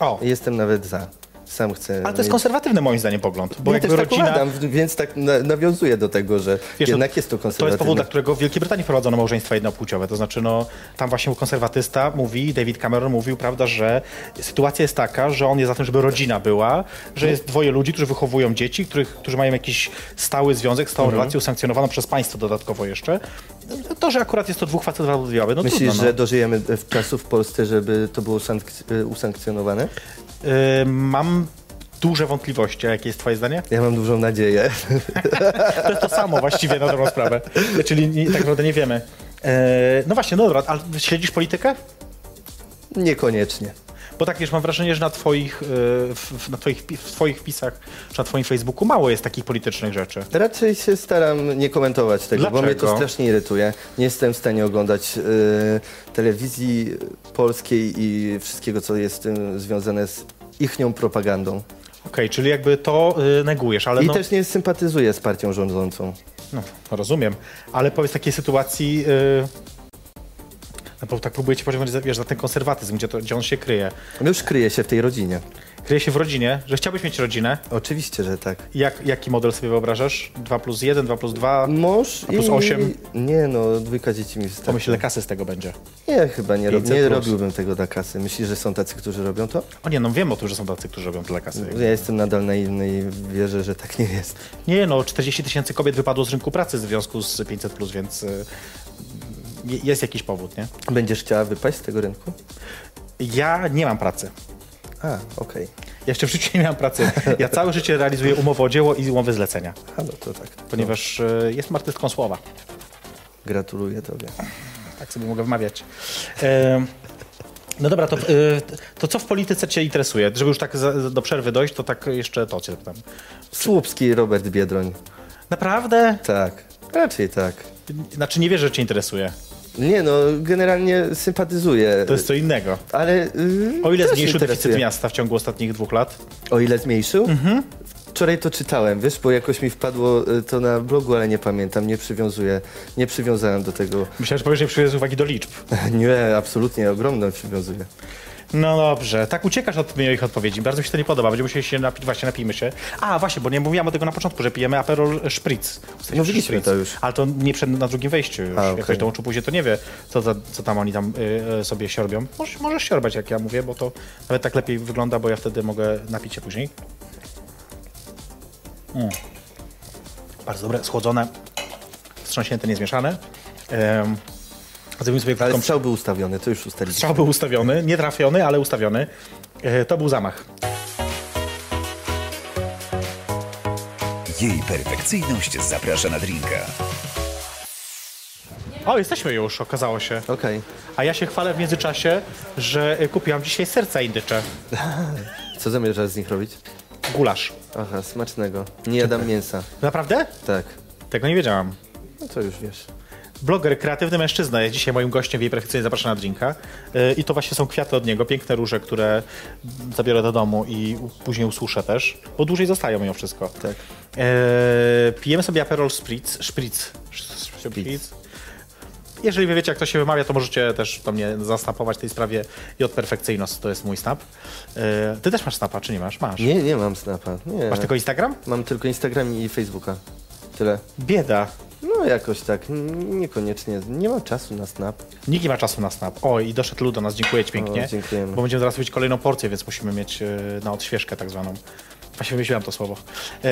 Speaker 3: O,
Speaker 4: Jestem nawet za. Sam chcę.
Speaker 3: ale to jest konserwatywny moim zdaniem pogląd, bo
Speaker 4: ja
Speaker 3: jakby
Speaker 4: też tak
Speaker 3: rodzina...
Speaker 4: uważam, w- więc tak na, nawiązuję do tego, że
Speaker 3: Wiesz, no,
Speaker 4: jednak jest
Speaker 3: To
Speaker 4: to
Speaker 3: jest
Speaker 4: konserwatywne.
Speaker 3: powód, dla którego w Wielkiej Brytanii wprowadzono małżeństwa jednopłciowe. To znaczy, no, tam właśnie konserwatysta mówi, David Cameron mówił, prawda, że sytuacja jest taka, że on jest za tym, żeby rodzina była,
Speaker 4: No.
Speaker 3: że jest dwoje ludzi, którzy wychowują dzieci, których, którzy mają jakiś stały związek, stałą
Speaker 4: Mhm.
Speaker 3: relację usankcjonowaną przez państwo dodatkowo jeszcze. To, że akurat jest to dwóch facetów albo dwie, no
Speaker 4: Myślisz,
Speaker 3: trudno, no.
Speaker 4: że dożyjemy e, w czasu w Polsce, żeby to było sankc- e, usankcjonowane?
Speaker 3: Y, mam duże wątpliwości. A jakie jest twoje zdanie?
Speaker 4: Ja mam dużą nadzieję.
Speaker 3: To jest to samo właściwie na dobrą sprawę. Czyli nie, tak naprawdę nie wiemy. E, no właśnie, no dobra, ale śledzisz politykę?
Speaker 4: Niekoniecznie.
Speaker 3: Bo tak wiesz, mam wrażenie, że na twoich, y, w, w- na twoich, pi- w twoich pisach, czy na twoim Facebooku mało jest takich politycznych rzeczy.
Speaker 4: Raczej się staram nie komentować tego, bo mnie to
Speaker 3: Dlaczego?
Speaker 4: strasznie irytuje. Nie jestem w stanie oglądać e, telewizji polskiej i wszystkiego, co jest z tym związane z ich nią propagandą.
Speaker 3: Okej, czyli jakby to y, negujesz, ale
Speaker 4: I
Speaker 3: no,
Speaker 4: też nie sympatyzuję z partią rządzącą.
Speaker 3: no, rozumiem. Ale powiedz takiej sytuacji, y, no bo tak próbuję cię pociągnąć za, wiesz, za ten konserwatyzm, gdzie, to, gdzie on się kryje.
Speaker 4: No Już kryje się w tej rodzinie.
Speaker 3: Kryje się w rodzinie, że chciałbyś mieć rodzinę.
Speaker 4: Oczywiście, że tak.
Speaker 3: Jak, jaki model sobie wyobrażasz? 2 plus 1, 2 plus 2?
Speaker 4: Mąż
Speaker 3: A plus
Speaker 4: i...
Speaker 3: osiem?
Speaker 4: Nie no, dwójka dzieci mi wystarczy.
Speaker 3: Pomyśl, ile kasy z tego będzie.
Speaker 4: Nie, chyba nie, rob...
Speaker 3: 500
Speaker 4: nie
Speaker 3: plus.
Speaker 4: robiłbym tego dla kasy. Myślisz, że są tacy, którzy robią to?
Speaker 3: O nie, no wiem o tym, że są tacy, którzy robią tyle kasy.
Speaker 4: Ja jestem nadal na innej wierze, że tak nie jest.
Speaker 3: Nie no, 40 tysięcy kobiet wypadło z rynku pracy w związku z 500, plus, więc y, je- jest jakiś powód, nie?
Speaker 4: Będziesz chciała wypaść z tego rynku?
Speaker 3: Ja nie mam pracy.
Speaker 4: A, okej.
Speaker 3: Ja Jeszcze w życiu nie miałem pracy. Ja całe życie realizuję umowę o dzieło i umowy zlecenia,
Speaker 4: A no to tak. To
Speaker 3: ponieważ y, jestem artystką słowa.
Speaker 4: Gratuluję tobie.
Speaker 3: Tak sobie mogę wymawiać. Em, no dobra, to, y, to co w polityce Cię interesuje? Żeby już tak za, za- do przerwy dojść, to tak jeszcze to Cię zapytam.
Speaker 4: Słupski Robert Biedroń.
Speaker 3: Naprawdę?
Speaker 4: Tak, raczej tak.
Speaker 3: Znaczy nie wierzę, że Cię interesuje.
Speaker 4: Nie no, generalnie sympatyzuję.
Speaker 3: To jest co innego.
Speaker 4: Ale. y,
Speaker 3: O ile
Speaker 4: też
Speaker 3: zmniejszył
Speaker 4: interesuje.
Speaker 3: deficyt miasta w ciągu ostatnich dwóch lat?
Speaker 4: O ile zmniejszył?
Speaker 3: Mhm.
Speaker 4: Wczoraj to czytałem, wiesz, bo jakoś mi wpadło y, to na blogu, ale nie pamiętam, nie przywiązuję, nie przywiązałem do tego.
Speaker 3: Myślałem, że powiesz, że nie przywiązujesz uwagi do liczb.
Speaker 4: Nie, absolutnie, ogromną przywiązuję.
Speaker 3: No dobrze, tak uciekasz od moich odpowiedzi. Bardzo mi się to nie podoba. Będziemy musieli się napić, właśnie napijmy się. A, właśnie, bo nie mówiłam o tego na początku, że pijemy Aperol Spritz.
Speaker 4: Mówiliśmy
Speaker 3: Spritz.
Speaker 4: to już.
Speaker 3: Ale to nie przed, na drugim wejściu już.
Speaker 4: A,
Speaker 3: Jak
Speaker 4: okej.
Speaker 3: ktoś dołączył później, to nie wie, co, za- co tam oni tam y, y, sobie się robią. Możesz, możesz się robić, jak ja mówię, bo to nawet tak lepiej wygląda, bo ja wtedy mogę napić się później. Mm. Bardzo dobre, schłodzone, wstrząśnięte, niezmieszane. Um, Zrobimy sobie
Speaker 4: Ale
Speaker 3: krótką
Speaker 4: strzał był ustawiony, to już ustaliliśmy.
Speaker 3: Strzał był ustawiony, nie trafiony, ale ustawiony. E, To był zamach.
Speaker 5: Jej perfekcyjność zaprasza na drinka.
Speaker 3: O, jesteśmy już, okazało się.
Speaker 4: Okej,
Speaker 3: A ja się chwalę w międzyczasie, że e, kupiłam dzisiaj serca indycze.
Speaker 4: co zamierzasz z nich robić?
Speaker 3: Gulasz.
Speaker 4: Aha, smacznego. Nie jadam mięsa.
Speaker 3: Naprawdę?
Speaker 4: Tak,
Speaker 3: Tego nie wiedziałam.
Speaker 4: no to już wiesz.
Speaker 3: Bloger, kreatywny mężczyzna jest dzisiaj moim gościem w jej perfekcyjnie zapraszana na drinka. E, I to właśnie są kwiaty od niego, piękne róże, które zabiorę do domu i u- później ususzę też, bo dłużej zostają mimo wszystko.
Speaker 4: Tak.
Speaker 3: E, pijemy sobie Aperol Spritz. Spritz. Spritz. Jeżeli wy wiecie, jak to się wymawia, to możecie też do mnie zasnapować w tej sprawie. J Perfekcyjność to jest mój snap. E, Ty też masz snapa, czy nie masz? Masz.
Speaker 4: Nie, nie mam snapa. Nie.
Speaker 3: Masz tylko Instagram?
Speaker 4: Mam tylko Instagram i Facebooka. Tyle.
Speaker 3: Bieda.
Speaker 4: No jakoś tak, n- niekoniecznie. Nie mam czasu na snap.
Speaker 3: Nikt nie ma czasu na snap. O, i doszedł Lu do nas, dziękuję ci pięknie.
Speaker 4: O, dziękujemy.
Speaker 3: Bo będziemy zaraz robić kolejną porcję, więc musimy mieć e, na odświeżkę tak zwaną. Właśnie wymyśliłam to słowo. E,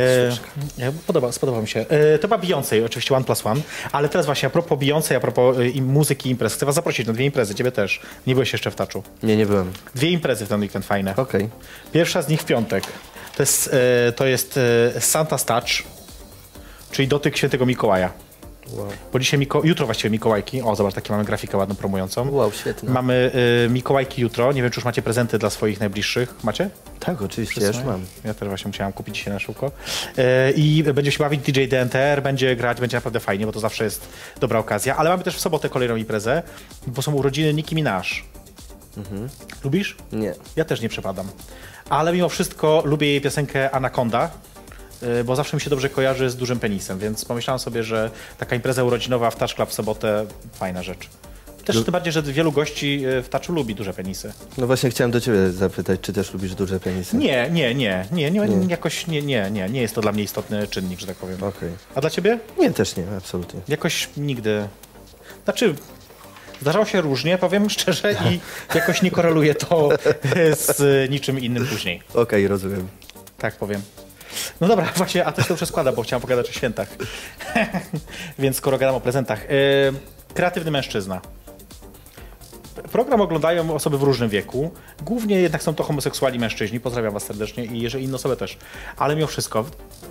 Speaker 3: e, podoba, spodobało mi się. E, to była Beyoncé, oczywiście One Plus One, ale teraz właśnie a propos Beyoncé, a propos e, i muzyki i imprez. Chcę was zaprosić na dwie imprezy, ciebie też. Nie byłeś jeszcze w taczu.
Speaker 4: Nie, nie byłem.
Speaker 3: Dwie imprezy w ten weekend fajne.
Speaker 4: Okej.
Speaker 3: Pierwsza z nich w piątek. To jest, e, to jest e, Santa's Touch, czyli dotyk świętego Mikołaja.
Speaker 4: Wow.
Speaker 3: Bo dzisiaj, Miko- jutro właściwie Mikołajki. O, zobacz, takie mamy grafikę ładną promującą.
Speaker 4: Wow, świetne.
Speaker 3: Mamy y, Mikołajki jutro. Nie wiem, czy już macie prezenty dla swoich najbliższych. Macie?
Speaker 4: Tak, oczywiście, ja już mam.
Speaker 3: Ja też właśnie musiałam kupić się na szybko. E, I będzie się bawić DJ DNTR, będzie grać, będzie naprawdę fajnie, bo to zawsze jest dobra okazja. Ale mamy też w sobotę kolejną imprezę, bo są urodziny Nicki Minaj.
Speaker 4: Mhm.
Speaker 3: Lubisz?
Speaker 4: Nie.
Speaker 3: Ja też nie przepadam. Ale mimo wszystko lubię jej piosenkę Anaconda, y, bo zawsze mi się dobrze kojarzy z dużym penisem, więc pomyślałem sobie, że taka impreza urodzinowa w Touch Club w sobotę fajna rzecz. Też tym bardziej, że wielu gości y, w Taczu lubi duże penisy.
Speaker 4: No właśnie chciałem do ciebie zapytać, czy też lubisz duże penisy?
Speaker 3: Nie, nie, nie, nie, nie, nie. jakoś nie, nie, nie, nie jest to dla mnie istotny czynnik, że tak powiem.
Speaker 4: Okej.
Speaker 3: A dla ciebie?
Speaker 4: Nie, też nie, absolutnie.
Speaker 3: Jakoś nigdy. Znaczy, zdarzało się różnie, powiem szczerze, i jakoś nie koreluje to z y, niczym innym później.
Speaker 4: Okej, rozumiem.
Speaker 3: Tak powiem. No dobra, właśnie, a to się to przeskłada, bo chciałem pogadać o świętach. Więc skoro gadam o prezentach. Yy, kreatywny mężczyzna. Program oglądają osoby w różnym wieku. Głównie jednak są to homoseksualni mężczyźni. Pozdrawiam was serdecznie i jeżeli inne osoby też. Ale mimo wszystko,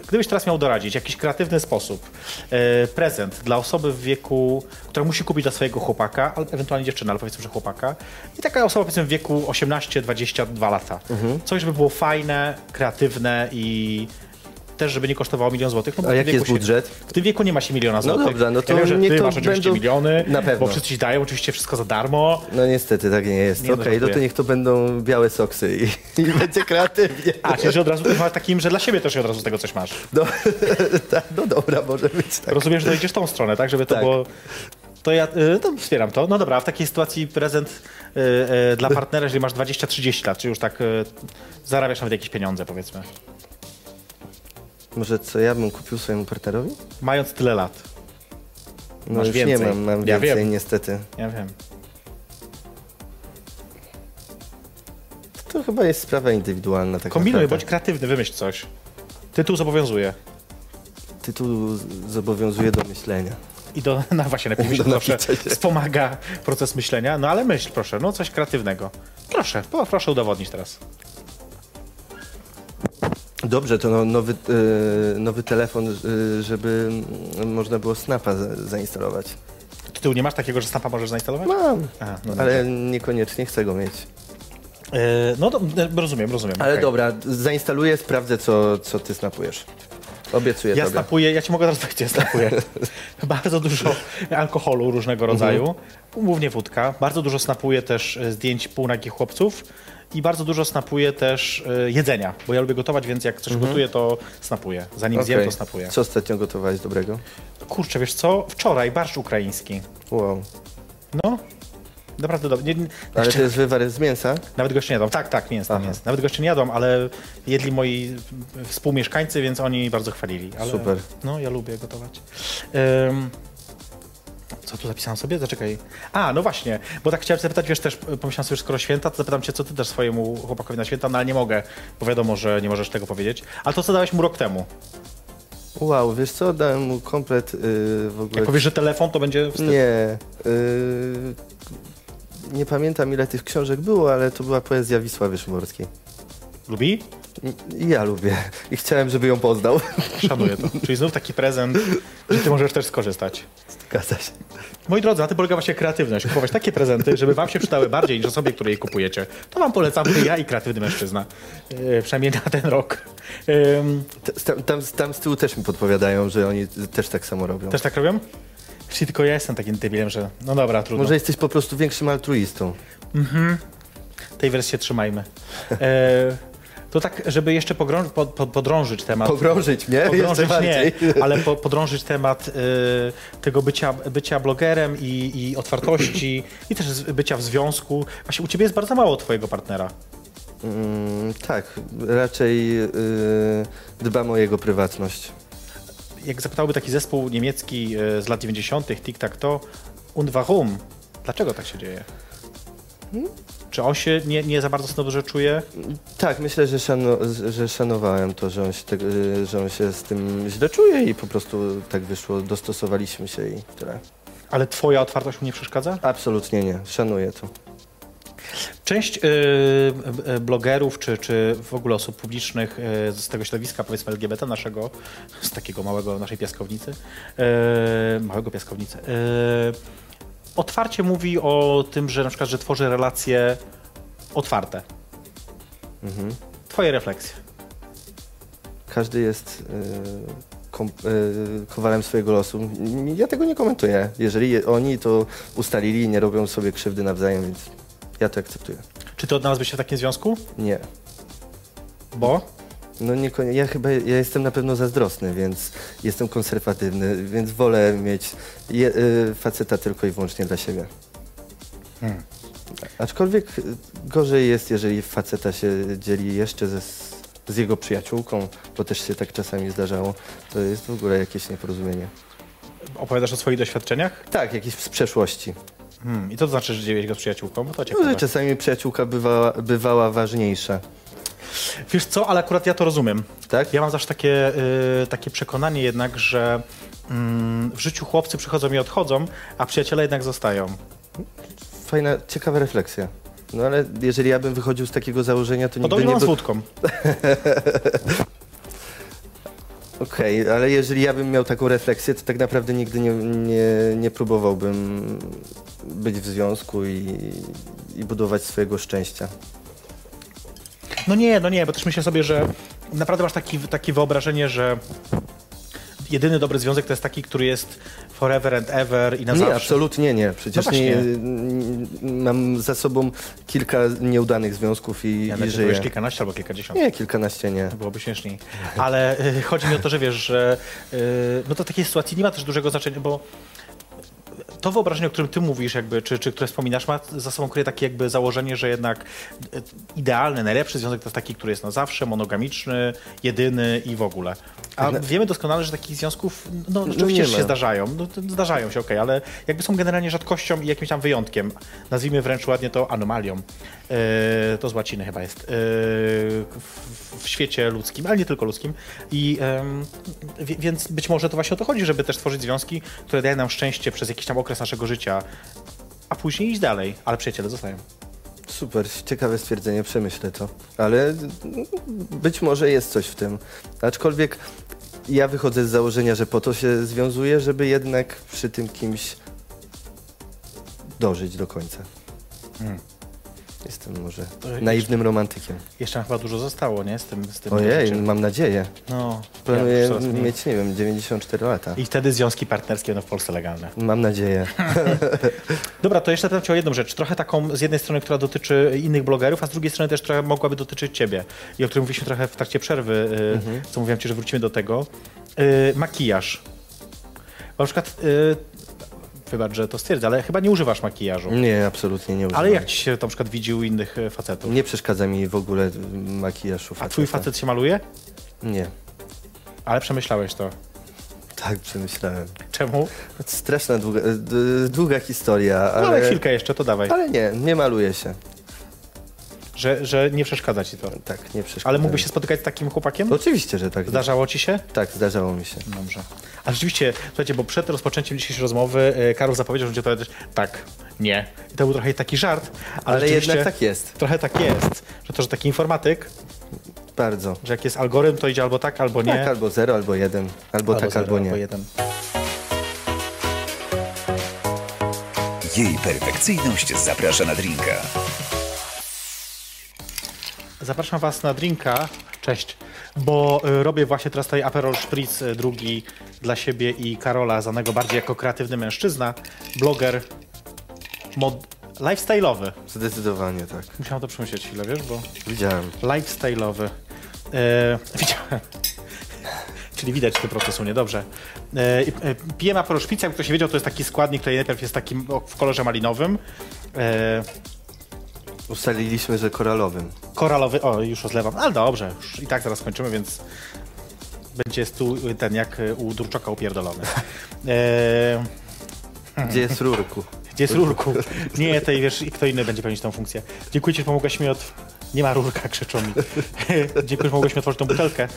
Speaker 3: gdybyś teraz miał doradzić jakiś kreatywny sposób, yy, prezent dla osoby w wieku, która musi kupić dla swojego chłopaka, ale ewentualnie dziewczyny, ale powiedzmy, że chłopaka. I taka osoba powiedzmy w wieku 18-22 lata.
Speaker 4: Mhm.
Speaker 3: Coś, żeby było fajne, kreatywne i też, żeby nie kosztowało milion złotych. No, bo w
Speaker 4: A
Speaker 3: tym
Speaker 4: jaki
Speaker 3: wieku
Speaker 4: jest budżet?
Speaker 3: w tym wieku nie ma się miliona złotych.
Speaker 4: dobra, no to
Speaker 3: tak. ja wiem, że
Speaker 4: niech
Speaker 3: ty
Speaker 4: to
Speaker 3: masz oczywiście
Speaker 4: będą-
Speaker 3: miliony,
Speaker 4: Na pewno.
Speaker 3: bo wszyscy ci dają oczywiście wszystko za darmo.
Speaker 4: No niestety tak nie jest.
Speaker 3: Nie, no
Speaker 4: Okej, no to
Speaker 3: żartuję.
Speaker 4: niech to będą białe soksy i, i będzie kreatywnie.
Speaker 3: A, czyli że od razu ma takim, że dla siebie też od razu z tego coś masz.
Speaker 4: No, tak, no dobra, może być tak.
Speaker 3: Rozumiem, że dojdziesz tą stronę, tak? Żeby to
Speaker 4: Tak.
Speaker 3: było... To ja y, to wspieram to. No dobra, a w takiej sytuacji prezent y, y, dla partnera, jeżeli masz 20-30 lat, czy już tak y, zarabiasz nawet jakieś pieniądze, powiedzmy.
Speaker 4: Może co ja bym kupił swojemu partnerowi?
Speaker 3: Mając tyle lat.
Speaker 4: No
Speaker 3: Masz
Speaker 4: już
Speaker 3: więcej.
Speaker 4: nie mam, mam
Speaker 3: Ja
Speaker 4: więcej
Speaker 3: wiem.
Speaker 4: niestety.
Speaker 3: Ja wiem.
Speaker 4: To, to chyba jest sprawa indywidualna tak
Speaker 3: Kombinuj,
Speaker 4: naprawdę.
Speaker 3: bądź kreatywny, wymyśl coś. Tytuł zobowiązuje.
Speaker 4: Tytuł z- zobowiązuje do myślenia.
Speaker 3: I do, na właśnie na piwie
Speaker 4: Do
Speaker 3: zawsze
Speaker 4: napicia się.
Speaker 3: wspomaga proces myślenia. No ale myśl proszę, no coś kreatywnego. Proszę, po, proszę udowodnić teraz.
Speaker 4: Dobrze, to no, nowy, e, nowy telefon, e, żeby mm, można było Snapa za- zainstalować.
Speaker 3: Ty tyłu nie masz takiego, że snapa możesz zainstalować?
Speaker 4: Mam,
Speaker 3: Aha, no
Speaker 4: ale niekoniecznie chcę go mieć.
Speaker 3: Yy, no do, e, rozumiem, rozumiem.
Speaker 4: Ale
Speaker 3: okej.
Speaker 4: dobra, zainstaluję, sprawdzę, co, co ty snapujesz. Obiecuję
Speaker 3: Ja
Speaker 4: tobie.
Speaker 3: snapuję, ja ci mogę teraz powiedzieć, ja snapuję. bardzo dużo alkoholu różnego rodzaju,
Speaker 4: Mhm.
Speaker 3: głównie wódka. Bardzo dużo snapuję też e, zdjęć półnagich chłopców i bardzo dużo snapuję też e, jedzenia, bo ja lubię gotować, więc jak coś gotuję, to snapuję. Zanim zjem,
Speaker 4: Mhm. Okej.
Speaker 3: to snapuję.
Speaker 4: Co ostatnio gotowałeś dobrego?
Speaker 3: Kurczę, wiesz co? Wczoraj barszcz ukraiński.
Speaker 4: Wow.
Speaker 3: No, naprawdę dobrze. Nie, nie,
Speaker 4: Ale
Speaker 3: jeszcze-
Speaker 4: to jest wywar z mięsa?
Speaker 3: Nawet go jeszcze nie jadłam. Tak, tak, mięs tam
Speaker 4: Tak. Aha.
Speaker 3: jest. Nawet go jeszcze nie jadłam, ale jedli moi współmieszkańcy, więc oni bardzo chwalili. Ale,
Speaker 4: Super.
Speaker 3: No, ja lubię gotować. Ym, co tu zapisałem sobie? Zaczekaj. A, no właśnie, bo tak chciałem zapytać, wiesz, też pomyślałem sobie, że skoro święta, to zapytam cię, co ty dasz swojemu chłopakowi na święta, no ale nie mogę, bo wiadomo, że nie możesz tego powiedzieć. A to, co dałeś mu rok temu?
Speaker 4: Wow, wiesz co, dałem mu komplet yy, w ogóle...
Speaker 3: Jak powiesz, że telefon, to będzie wstyd.
Speaker 4: Nie. Yy, nie pamiętam ile tych książek było, ale to była poezja Wisławy Szymborskiej.
Speaker 3: Lubi?
Speaker 4: I- I ja lubię. I chciałem, żeby ją poznał.
Speaker 3: Szanuję to. Czyli znów taki prezent, że ty możesz też skorzystać.
Speaker 4: Zgadza się.
Speaker 3: Moi drodzy, na tym polega właśnie kreatywność. Kupować takie prezenty, żeby wam się przydały bardziej niż osobie, której je kupujecie. To wam polecam ja i kreatywny mężczyzna. Yy, przynajmniej na ten rok. Ym,
Speaker 4: T- Tam, tam, tam z tyłu też mi podpowiadają, że oni też tak samo robią.
Speaker 3: też tak robią? Czyli tylko ja jestem takim debilem, że no dobra, trudno.
Speaker 4: Może jesteś po prostu większym altruistą.
Speaker 3: Tej wersji się trzymajmy. Yy, to tak, żeby jeszcze pogrą- po, po, podrążyć temat.
Speaker 4: Pogrążyć mnie
Speaker 3: Podrążyć
Speaker 4: jeszcze
Speaker 3: nie,
Speaker 4: bardziej.
Speaker 3: ale po, podrążyć temat y, tego bycia, bycia blogerem i, i otwartości i też z- bycia w związku. Właśnie u ciebie jest bardzo mało twojego partnera.
Speaker 4: Mm, tak, raczej yy, dbam o jego prywatność.
Speaker 3: jak zapytałby taki zespół niemiecki e, z lat 90., Tic Tac To, und warum? Dlaczego tak się dzieje? Czy on się nie, nie za bardzo dobrze czuje?
Speaker 4: Tak, myślę, że, szano, że szanowałem to, że on, się tego- yy, że on się z tym źle czuje i po prostu tak wyszło, dostosowaliśmy się i tyle.
Speaker 3: Ale twoja otwartość mu nie przeszkadza?
Speaker 4: Absolutnie nie, szanuję to.
Speaker 3: Część y, y, blogerów czy, czy w ogóle osób publicznych y, z tego środowiska, powiedzmy LGBT naszego, z takiego małego naszej piaskownicy, y, małego piaskownicy, y, otwarcie mówi o tym, że na przykład, że tworzy relacje otwarte. Twoje refleksje.
Speaker 4: Każdy jest y, kom, y, kowalem swojego losu. N- Ja tego nie komentuję. Jeżeli je, oni to ustalili i nie robią sobie krzywdy nawzajem, więc ja to akceptuję.
Speaker 3: Czy ty odnalazłbyś się w takim związku?
Speaker 4: Nie.
Speaker 3: Bo?
Speaker 4: No nie, konie- ja chyba, ja jestem na pewno zazdrosny, więc jestem konserwatywny, więc wolę mieć je, y, faceta tylko i wyłącznie dla siebie.
Speaker 3: Hmm.
Speaker 4: Aczkolwiek y, gorzej jest, jeżeli faceta się dzieli jeszcze ze, s- z jego przyjaciółką, bo też się tak czasami zdarzało. To jest w ogóle jakieś nieporozumienie.
Speaker 3: Opowiadasz o swoich doświadczeniach?
Speaker 4: Tak, jakieś z przeszłości.
Speaker 3: Hmm. I to znaczy, że dzieliłeś go z przyjaciółką? Bo to ciekawe.
Speaker 4: Może czasami przyjaciółka bywała, bywała ważniejsza.
Speaker 3: Wiesz co, ale akurat ja to rozumiem.
Speaker 4: Tak?
Speaker 3: Ja mam zawsze takie, y, takie przekonanie jednak, że mm, w życiu chłopcy przychodzą i odchodzą, a przyjaciele jednak zostają. No
Speaker 4: Fajna, ciekawa refleksja. No ale jeżeli ja bym wychodził z takiego założenia, to nigdy
Speaker 3: Podobnie
Speaker 4: nie
Speaker 3: mam z
Speaker 4: był...
Speaker 3: wódką.
Speaker 4: Okej, ale jeżeli ja bym miał taką refleksję, to tak naprawdę nigdy nie, nie, nie próbowałbym być w związku i, i budować swojego szczęścia.
Speaker 3: No nie, no nie, bo też myślę sobie, że naprawdę masz taki, takie wyobrażenie, że jedyny dobry związek to jest taki, który jest forever and ever i na
Speaker 4: nie,
Speaker 3: zawsze.
Speaker 4: absolutnie nie. Przecież
Speaker 3: No
Speaker 4: nie,
Speaker 3: właśnie.
Speaker 4: n- mam za sobą kilka nieudanych związków i,
Speaker 3: Ja
Speaker 4: i
Speaker 3: nawet jak
Speaker 4: żyję.
Speaker 3: byłeś kilkanaście albo kilkadziesiąt.
Speaker 4: Nie, kilkanaście nie.
Speaker 3: To byłoby śmieszniej. Ale y, chodzi mi o to, że wiesz, że y, no to takiej sytuacji nie ma też dużego znaczenia, bo to wyobrażenie, o którym ty mówisz, jakby, czy, czy które wspominasz, ma za sobą kryje takie jakby założenie, że jednak y, idealny, najlepszy związek to jest taki, który jest na zawsze, monogamiczny, jedyny i w ogóle. A wiemy doskonale, że takich związków, no rzeczywiście
Speaker 4: nie
Speaker 3: się
Speaker 4: ma.
Speaker 3: zdarzają, no, to zdarzają się, okej, ale jakby są generalnie rzadkością i jakimś tam wyjątkiem. Nazwijmy wręcz ładnie to anomalią. E, to z łaciny chyba jest. E, w, w świecie ludzkim, ale nie tylko ludzkim. I em, wie- więc być może to właśnie o to chodzi, żeby też tworzyć związki, które dają nam szczęście przez jakiś tam okres naszego życia, a później iść dalej, ale przyjaciele zostają.
Speaker 4: Super, ciekawe stwierdzenie, przemyślę to. Ale mm, być może jest coś w tym. Aczkolwiek ja wychodzę z założenia, że po to się związuje, żeby jednak przy tym kimś dożyć do końca. Jestem może
Speaker 3: Hmm. To
Speaker 4: naiwnym romantykiem.
Speaker 3: Jeszcze nam chyba dużo zostało, nie? Z tym, z tym
Speaker 4: Ojej,
Speaker 3: życiem.
Speaker 4: mam nadzieję.
Speaker 3: No, ja
Speaker 4: Planuję
Speaker 3: już coraz mniej.
Speaker 4: mieć, nie wiem, 94 lata.
Speaker 3: I wtedy związki partnerskie będą w Polsce legalne.
Speaker 4: Mam nadzieję.
Speaker 3: Dobra, to jeszcze zapytam cię o jedną rzecz, trochę taką z jednej strony, która dotyczy innych blogerów, a z drugiej strony też trochę mogłaby dotyczyć ciebie i o którym mówiliśmy trochę w trakcie przerwy, y,
Speaker 4: Mhm.
Speaker 3: co mówiłem ci, że wrócimy do tego. Y, makijaż. Bo Na przykład, y, wybacz, że to stwierdzę, ale chyba nie używasz makijażu.
Speaker 4: Nie, absolutnie nie używam.
Speaker 3: Ale jak ci się na przykład widzi u innych y, facetów?
Speaker 4: Nie przeszkadza mi w ogóle makijażu
Speaker 3: A twój facet się maluje?
Speaker 4: Nie.
Speaker 3: Ale przemyślałeś to.
Speaker 4: Tak przemyślałem.
Speaker 3: Czemu?
Speaker 4: Straszna długa, e, d- długa historia,
Speaker 3: No ale
Speaker 4: ale,
Speaker 3: chwilkę jeszcze, to dawaj.
Speaker 4: ale nie, nie maluje się.
Speaker 3: Że, że nie przeszkadza ci to.
Speaker 4: Tak, nie przeszkadza.
Speaker 3: Ale mógłbyś
Speaker 4: mi.
Speaker 3: się spotykać z takim chłopakiem?
Speaker 4: Oczywiście, że tak.
Speaker 3: Zdarzało ci się?
Speaker 4: Tak, zdarzało mi się.
Speaker 3: Dobrze. A rzeczywiście, słuchajcie, bo przed rozpoczęciem dzisiejszej rozmowy e, Karol zapowiedział, że będzie odpowiadać tak, nie. I to był trochę taki żart, ale,
Speaker 4: Ale, jednak
Speaker 3: rzeczywiście
Speaker 4: tak jest.
Speaker 3: Trochę tak jest, że to, że taki informatyk,
Speaker 4: Bardzo.
Speaker 3: że jak jest algorytm, to idzie albo tak, albo nie.
Speaker 4: Tak, albo zero, albo jeden, albo, tak,
Speaker 3: zero,
Speaker 4: albo nie.
Speaker 3: Albo jeden.
Speaker 5: Jej perfekcyjność zaprasza na drinka.
Speaker 3: Zapraszam was na drinka. Cześć. Bo y, robię właśnie teraz tutaj Aperol Spritz y, drugi dla siebie i Karola, znanego bardziej jako kreatywny mężczyzna, bloger, mod... lifestyle'owy.
Speaker 4: Zdecydowanie tak.
Speaker 3: Musiałem to przemyśleć chwilę, wiesz, bo...
Speaker 4: Widziałem.
Speaker 3: lifestyle'owy. E, widziałem. Czyli widać, że te procesy są niedobrze. E, e, pijemy Aperol Spritz, jakby ktoś nie wiedział, to jest taki składnik, który najpierw jest takim o- w kolorze malinowym. E,
Speaker 4: Ustaliliśmy, że koralowym.
Speaker 3: koralowy, o już rozlewam, ale dobrze, już i tak zaraz kończymy, więc będzie tu ten jak u Durczoka upierdolony. E,
Speaker 4: Gdzie jest rurku?
Speaker 3: gdzie jest rurku? Nie, tej wiesz, i kto inny będzie pełnić tą funkcję. Dziękuję ci, że pomogłeś mi od... Nie ma rurka, krzyczą mi. Dziękuję, że pomogłeś mi otworzyć tą butelkę. E,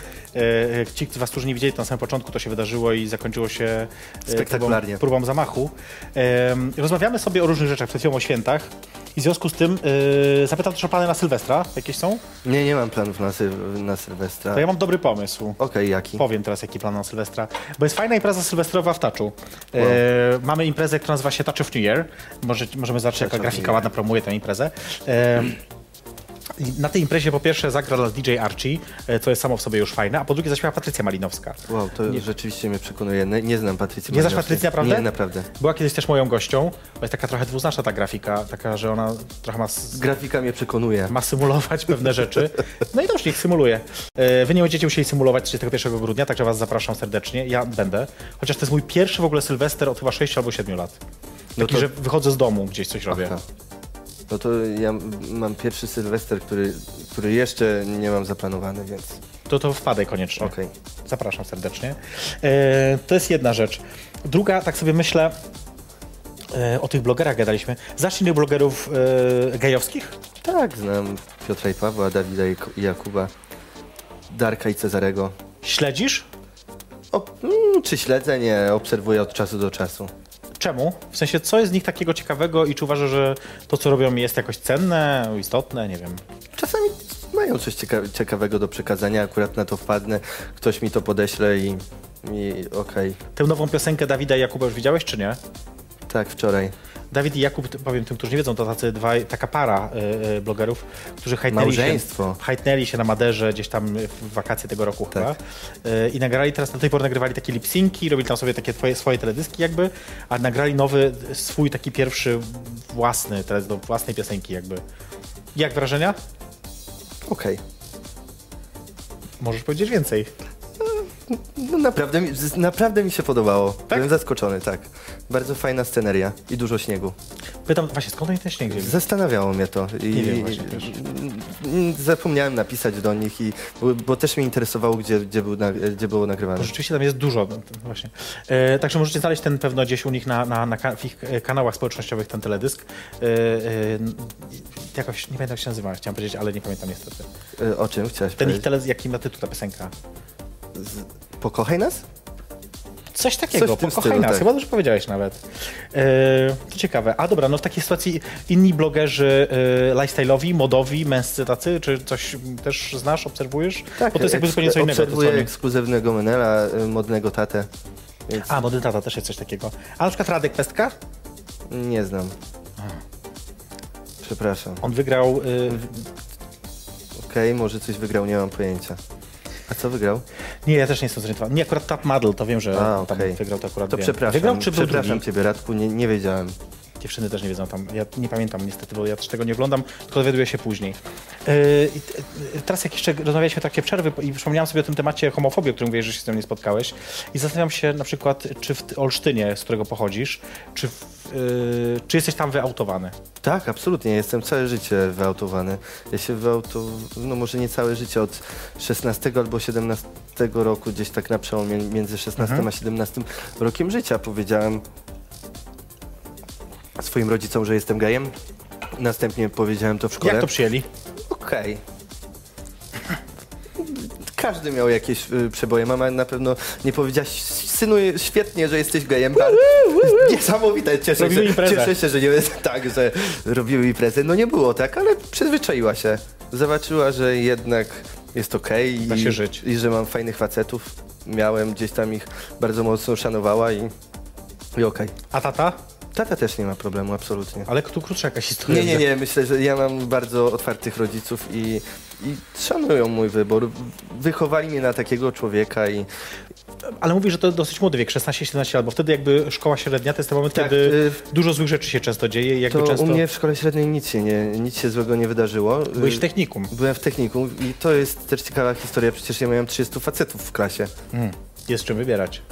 Speaker 3: Ci z was, którzy nie widzieli, to na samym początku to się wydarzyło i zakończyło się e,
Speaker 4: Spektakularnie.
Speaker 3: próbą, próbą zamachu. E, Rozmawiamy sobie o różnych rzeczach, przed chwilą o świętach. I w związku z tym y, zapytam też o plany na Sylwestra. Jakieś są?
Speaker 4: Nie, nie mam planów na, syl- na Sylwestra.
Speaker 3: To ja
Speaker 4: Okej,
Speaker 3: mam dobry pomysł.
Speaker 4: jaki?
Speaker 3: Powiem teraz, jaki plan na Sylwestra. Bo jest fajna impreza sylwestrowa w Taczu. E, mamy imprezę, która nazywa się Touch of New Year. Może, możemy zobaczyć, jaka
Speaker 4: of New
Speaker 3: grafika
Speaker 4: Year.
Speaker 3: ładna promuje tę imprezę. E, i na tej imprezie po pierwsze zagra dla DJ Archie, e, co jest samo w sobie już fajne, a po drugie zaśpiewa Patrycja Malinowska.
Speaker 4: Wow, to rzeczywiście mnie przekonuje. Nie, nie znam Patrycji
Speaker 3: Nie znasz
Speaker 4: Malinowskiej.
Speaker 3: Patrycji naprawdę?
Speaker 4: Nie, naprawdę.
Speaker 3: Była kiedyś też moją gością, bo jest taka trochę dwuznaczna ta grafika, taka, że ona trochę ma s-
Speaker 4: Grafika mnie przekonuje.
Speaker 3: ma symulować pewne rzeczy. No i dobrze, niech symuluje. E, Wy nie będziecie musieli symulować 31 grudnia, także was zapraszam serdecznie. Ja będę. Chociaż to jest mój pierwszy w ogóle Sylwester od chyba 6 albo 7 lat. Taki,
Speaker 4: No to-
Speaker 3: że wychodzę z domu, gdzieś coś robię.
Speaker 4: Aha. No to ja m- mam pierwszy Sylwester, który, który jeszcze nie mam zaplanowany, więc
Speaker 3: To to wpadaj koniecznie.
Speaker 4: Okej.
Speaker 3: Zapraszam serdecznie. E, To jest jedna rzecz. Druga, tak sobie myślę, e, o tych blogerach gadaliśmy. Zacznij tych blogerów e, gejowskich?
Speaker 4: tak, znam Piotra i Pawła, Dawida i Ko- i Jakuba, Darka i Cezarego.
Speaker 3: Śledzisz?
Speaker 4: O, mm, czy śledzę? Nie, obserwuję od czasu do czasu.
Speaker 3: Czemu? W sensie, co jest z nich takiego ciekawego i czy uważasz, że to, co robią, jest jakoś cenne, istotne? Nie wiem.
Speaker 4: Czasami mają coś cieka- ciekawego do przekazania, akurat na to wpadnę, ktoś mi to podeśle i, i okej.
Speaker 3: Tę nową piosenkę Dawida i Jakuba już widziałeś, czy nie?
Speaker 4: Tak, wczoraj.
Speaker 3: Dawid i Jakub, t- powiem tym, którzy nie wiedzą, to tacy dwaj, taka para y, y, blogerów, którzy hajtnęli się,
Speaker 4: Małżeństwo.
Speaker 3: hajtnęli się na Maderze gdzieś tam y, w wakacje tego roku chyba.
Speaker 4: Tak.
Speaker 3: Y, I nagrali teraz, do tej pory nagrywali takie lipsinki, robili tam sobie takie twoje, swoje teledyski jakby, a nagrali nowy, y, swój taki pierwszy własny, teraz do własnej piosenki jakby. Jak wrażenia?
Speaker 4: Okej.
Speaker 3: Możesz powiedzieć więcej.
Speaker 4: No naprawdę, mi- z- naprawdę mi się podobało. Byłem zaskoczony, tak. Bardzo fajna sceneria i dużo śniegu.
Speaker 3: Pytam właśnie, skąd oni ten śnieg wzięli?
Speaker 4: Zastanawiało mnie to. I,
Speaker 3: Nie wiem właśnie też.
Speaker 4: i- Zapomniałem napisać do nich, i, bo- bo też mnie interesowało, gdzie, gdzie, był, na- gdzie było nagrywane.
Speaker 3: Bo rzeczywiście tam jest dużo, no, to właśnie. E, także możecie znaleźć ten pewno gdzieś u nich na, na, na ka- w ich e, kanałach społecznościowych ten teledysk. E, e, n- jakoś, nie pamiętam jak się nazywa, chciałem powiedzieć, ale nie pamiętam niestety.
Speaker 4: E, O czym chciałeś
Speaker 3: Ten ich
Speaker 4: powiedzieć?
Speaker 3: teledysk, jaki ma tytuł ta piosenka?
Speaker 4: Pokochaj nas?
Speaker 3: Coś takiego,
Speaker 4: Coś w tym
Speaker 3: pokochaj
Speaker 4: stylu,
Speaker 3: nas,
Speaker 4: tak.
Speaker 3: chyba dobrze powiedziałeś nawet. E, to ciekawe. A dobra, no w takiej sytuacji inni blogerzy e, lifestyle'owi, modowi, męscy tacy, czy coś m, też znasz, obserwujesz? Bo to jest jakby
Speaker 4: eks-
Speaker 3: zupełnie nieco innego. to, co
Speaker 4: Tak, Obserwuję
Speaker 3: oni-
Speaker 4: ekskluzywnego menela, e, modnego tatę. Więc
Speaker 3: A, mody tata też jest coś takiego. A na przykład Radek Pestka?
Speaker 4: nie znam. Przepraszam.
Speaker 3: On wygrał y,
Speaker 4: Okej, może coś wygrał, nie mam pojęcia. A co wygrał?
Speaker 3: Nie, ja też nie jestem zorientowany. Nie, akurat Tap Model, to wiem, że
Speaker 4: A,
Speaker 3: E, tam
Speaker 4: okej.
Speaker 3: wygrał to akurat.
Speaker 4: To
Speaker 3: wiem.
Speaker 4: przepraszam.
Speaker 3: Wygrał czy był
Speaker 4: przepraszam
Speaker 3: drugi?
Speaker 4: ciebie, Radku, nie, nie wiedziałem.
Speaker 3: Dziewczyny też nie wiedzą tam. Ja nie pamiętam niestety, bo ja też tego nie oglądam, tylko dowiaduję się później. Yy, i t- yy, teraz jak jeszcze rozmawialiśmy takie przerwy i przypomniałem sobie o tym temacie homofobii, o którym mówiłeś, że się z nią nie spotkałeś. I zastanawiam się na przykład, czy w Ty- Olsztynie, z którego pochodzisz, czy, w, yy, czy jesteś tam wyautowany?
Speaker 4: Tak, absolutnie. Jestem całe życie wyautowany. Ja się wyautowałem, no może nie całe życie, od 16 albo 17 roku, gdzieś tak na przełomie między 16
Speaker 3: Mhm.
Speaker 4: a 17 rokiem życia powiedziałem swoim rodzicom, że jestem gejem. Następnie powiedziałem to w szkole.
Speaker 3: Jak to przyjęli?
Speaker 4: Okej. Każdy miał jakieś y, przeboje. Mama na pewno nie powiedziała, synu, świetnie, że jesteś gejem. Bar- Niesamowite, cieszę
Speaker 3: Robimy
Speaker 4: się,
Speaker 3: imprezę.
Speaker 4: cieszę się, że nie jest tak, że robiły imprezę. No nie było tak, ale przyzwyczaiła się. Zobaczyła, że jednak jest okej
Speaker 3: Da
Speaker 4: i,
Speaker 3: się żyć.
Speaker 4: i że mam fajnych facetów. Miałem gdzieś tam ich bardzo mocno szanowała i, i okej.
Speaker 3: A tata?
Speaker 4: Tata też nie ma problemu, absolutnie.
Speaker 3: Ale tu krótsza jakaś historia. tak
Speaker 4: Nie, nie, nie. Myślę, że ja mam bardzo otwartych rodziców i, i szanują mój wybór. Wychowali mnie na takiego człowieka i
Speaker 3: Ale mówisz, że to dosyć młody wiek, 16-17 lat, bo wtedy jakby szkoła średnia to jest ten moment,
Speaker 4: Tak,
Speaker 3: kiedy
Speaker 4: y,
Speaker 3: dużo złych rzeczy się często dzieje i jakby
Speaker 4: to
Speaker 3: często...
Speaker 4: u mnie w szkole średniej nic się, nie, nic się złego nie wydarzyło.
Speaker 3: Byłeś w
Speaker 4: Y,
Speaker 3: technikum.
Speaker 4: Byłem w technikum i to jest też ciekawa historia. Przecież ja miałem 30 facetów w klasie.
Speaker 3: Mm. Jest czym wybierać.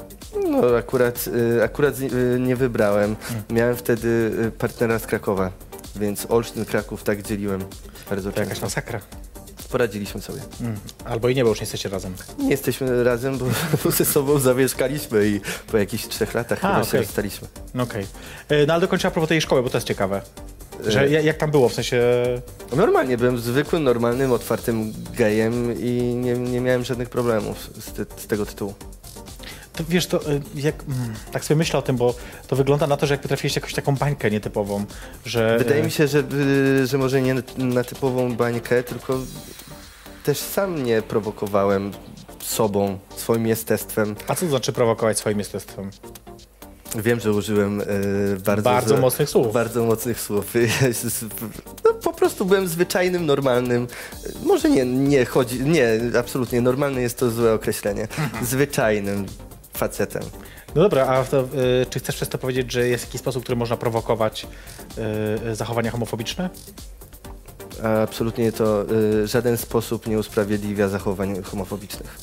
Speaker 4: No akurat, y, akurat z- y, nie wybrałem.
Speaker 3: Mm.
Speaker 4: Miałem wtedy y, partnera z Krakowa, więc Olsztyn, Kraków tak dzieliłem bardzo
Speaker 3: To jakaś
Speaker 4: często.
Speaker 3: masakra.
Speaker 4: Poradziliśmy sobie.
Speaker 3: Albo i nie, bo już nie jesteście razem.
Speaker 4: Nie jesteśmy razem, bo, bo ze sobą zamieszkaliśmy i po jakichś trzech latach
Speaker 3: A,
Speaker 4: chyba się
Speaker 3: okej.
Speaker 4: rozstaliśmy.
Speaker 3: No okej. Y, No ale dokończyła propos tej szkoły, bo to jest ciekawe. Że
Speaker 4: Y.
Speaker 3: ja- jak tam było, w sensie...
Speaker 4: Normalnie byłem zwykłym, normalnym, otwartym gejem i nie, nie miałem żadnych problemów z, te, z tego tytułu.
Speaker 3: to wiesz, to y, jak, mm, tak sobie myślę o tym, bo to wygląda na to, że jak potrafiliście jakąś taką bańkę nietypową, że...
Speaker 4: Wydaje
Speaker 3: y,
Speaker 4: mi się, że, y, że może nie na typową bańkę, tylko też sam nie prowokowałem sobą, swoim jestestwem.
Speaker 3: A co to znaczy prowokować swoim jestestwem?
Speaker 4: Wiem, że użyłem y, bardzo,
Speaker 3: Bardzo mocnych słów.
Speaker 4: Bardzo mocnych słów. no, po prostu byłem zwyczajnym, normalnym. y, Może nie, nie chodzi, nie, absolutnie normalne jest to złe określenie.
Speaker 3: Mhm.
Speaker 4: Zwyczajnym facetem.
Speaker 3: No dobra, a to, y, czy chcesz przez to powiedzieć, że jest jakiś sposób, który można prowokować y, zachowania homofobiczne?
Speaker 4: A absolutnie to y, żaden sposób nie usprawiedliwia zachowań homofobicznych.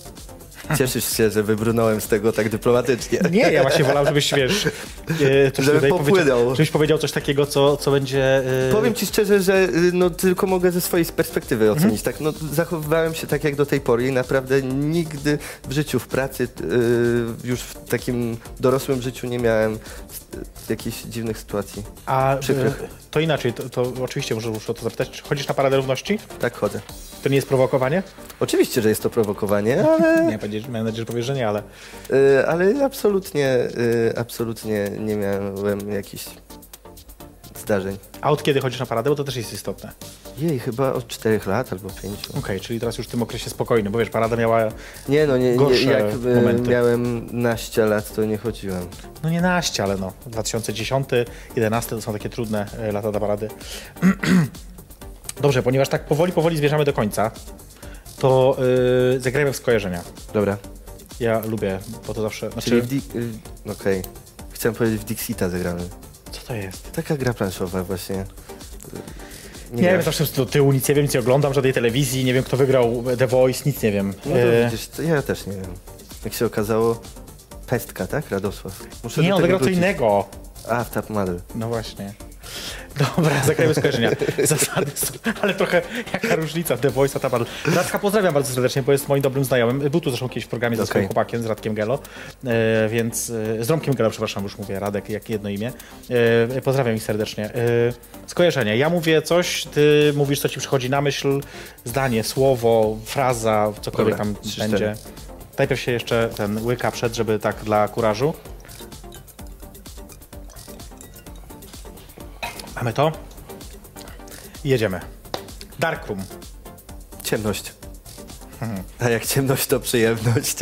Speaker 4: Cieszysz się, że wybrnąłem z tego tak dyplomatycznie.
Speaker 3: Nie, ja właśnie wolałem, żebyś, wiesz, y, coś
Speaker 4: Żeby
Speaker 3: tutaj powiedział,
Speaker 4: popłynął.
Speaker 3: żebyś powiedział coś takiego, co, co będzie... y,
Speaker 4: Powiem ci szczerze, że y, no, tylko mogę ze swojej perspektywy
Speaker 3: Mhm.
Speaker 4: ocenić. Tak, no, zachowywałem się tak jak do tej pory i naprawdę nigdy w życiu, w pracy, y, już w takim dorosłym życiu nie miałem y, jakichś dziwnych sytuacji.
Speaker 3: A
Speaker 4: Przykrych.
Speaker 3: y, to inaczej, to, to oczywiście muszę muszę o to zapytać. Czy chodzisz na Paradę Równości?
Speaker 4: Tak chodzę.
Speaker 3: To nie jest prowokowanie?
Speaker 4: Oczywiście, że jest to prowokowanie, ale,
Speaker 3: Nie, będziesz, mam nadzieję, że powiesz, że nie, ale...
Speaker 4: y, ale absolutnie, y, absolutnie nie miałem jakichś zdarzeń.
Speaker 3: A od kiedy chodzisz na Paradę? Bo to też jest istotne.
Speaker 4: Jej, chyba od czterech lat albo pięciu.
Speaker 3: Okej, czyli teraz już w tym okresie spokojnym, bo wiesz, Parada miała...
Speaker 4: Nie, no nie, nie
Speaker 3: Gorsze
Speaker 4: jak y,
Speaker 3: momenty.
Speaker 4: miałem naście lat, to nie chodziłem.
Speaker 3: No nie naście, ale no. 2010, 11 to są takie trudne e, lata dla Parady. Dobrze, ponieważ tak powoli, powoli zbierzamy do końca, to y, zagrajmy w skojarzenia.
Speaker 4: Dobra.
Speaker 3: Ja lubię, bo to zawsze...
Speaker 4: Czyli
Speaker 3: Znaczy,
Speaker 4: w Di- y, Okej. Chciałem powiedzieć, w Dixita zagramy.
Speaker 3: co to jest?
Speaker 4: Taka gra planszowa właśnie.
Speaker 3: Nie, wiem, zawsze do tyłu nic nie wiem, nic nie oglądam, żadnej telewizji, nie wiem kto wygrał The Voice, nic nie wiem.
Speaker 4: No
Speaker 3: E,
Speaker 4: to widzisz, to ja też nie wiem. Jak się okazało, pestka, tak? Radosław. Muszę
Speaker 3: nie,
Speaker 4: do
Speaker 3: on
Speaker 4: tego
Speaker 3: wygrał co
Speaker 4: wrócić.
Speaker 3: innego.
Speaker 4: A, w Tap Model.
Speaker 3: No właśnie. Dobra, zagrajmy skojarzenia. Zasady są, ale trochę jaka różnica, The Voice, a ta bar... Radka pozdrawiam bardzo serdecznie, bo jest moim dobrym znajomym. Był tu zresztą kiedyś w programie ze swoim
Speaker 4: Okej.
Speaker 3: chłopakiem, z Radkiem Gelo, e, więc e, z Romkiem Gelo, przepraszam, już mówię Radek, jak jedno imię. E, pozdrawiam ich serdecznie. E, skojarzenie. Ja mówię coś, ty mówisz, co ci przychodzi na myśl, zdanie, słowo, fraza, cokolwiek
Speaker 4: Dobra,
Speaker 3: tam
Speaker 4: trzy,
Speaker 3: będzie.
Speaker 4: cztery.
Speaker 3: Najpierw się jeszcze ten łyka przed, żeby tak dla kurażu. Mamy to. I Jedziemy. Darkroom.
Speaker 4: Ciemność. A jak ciemność, to przyjemność.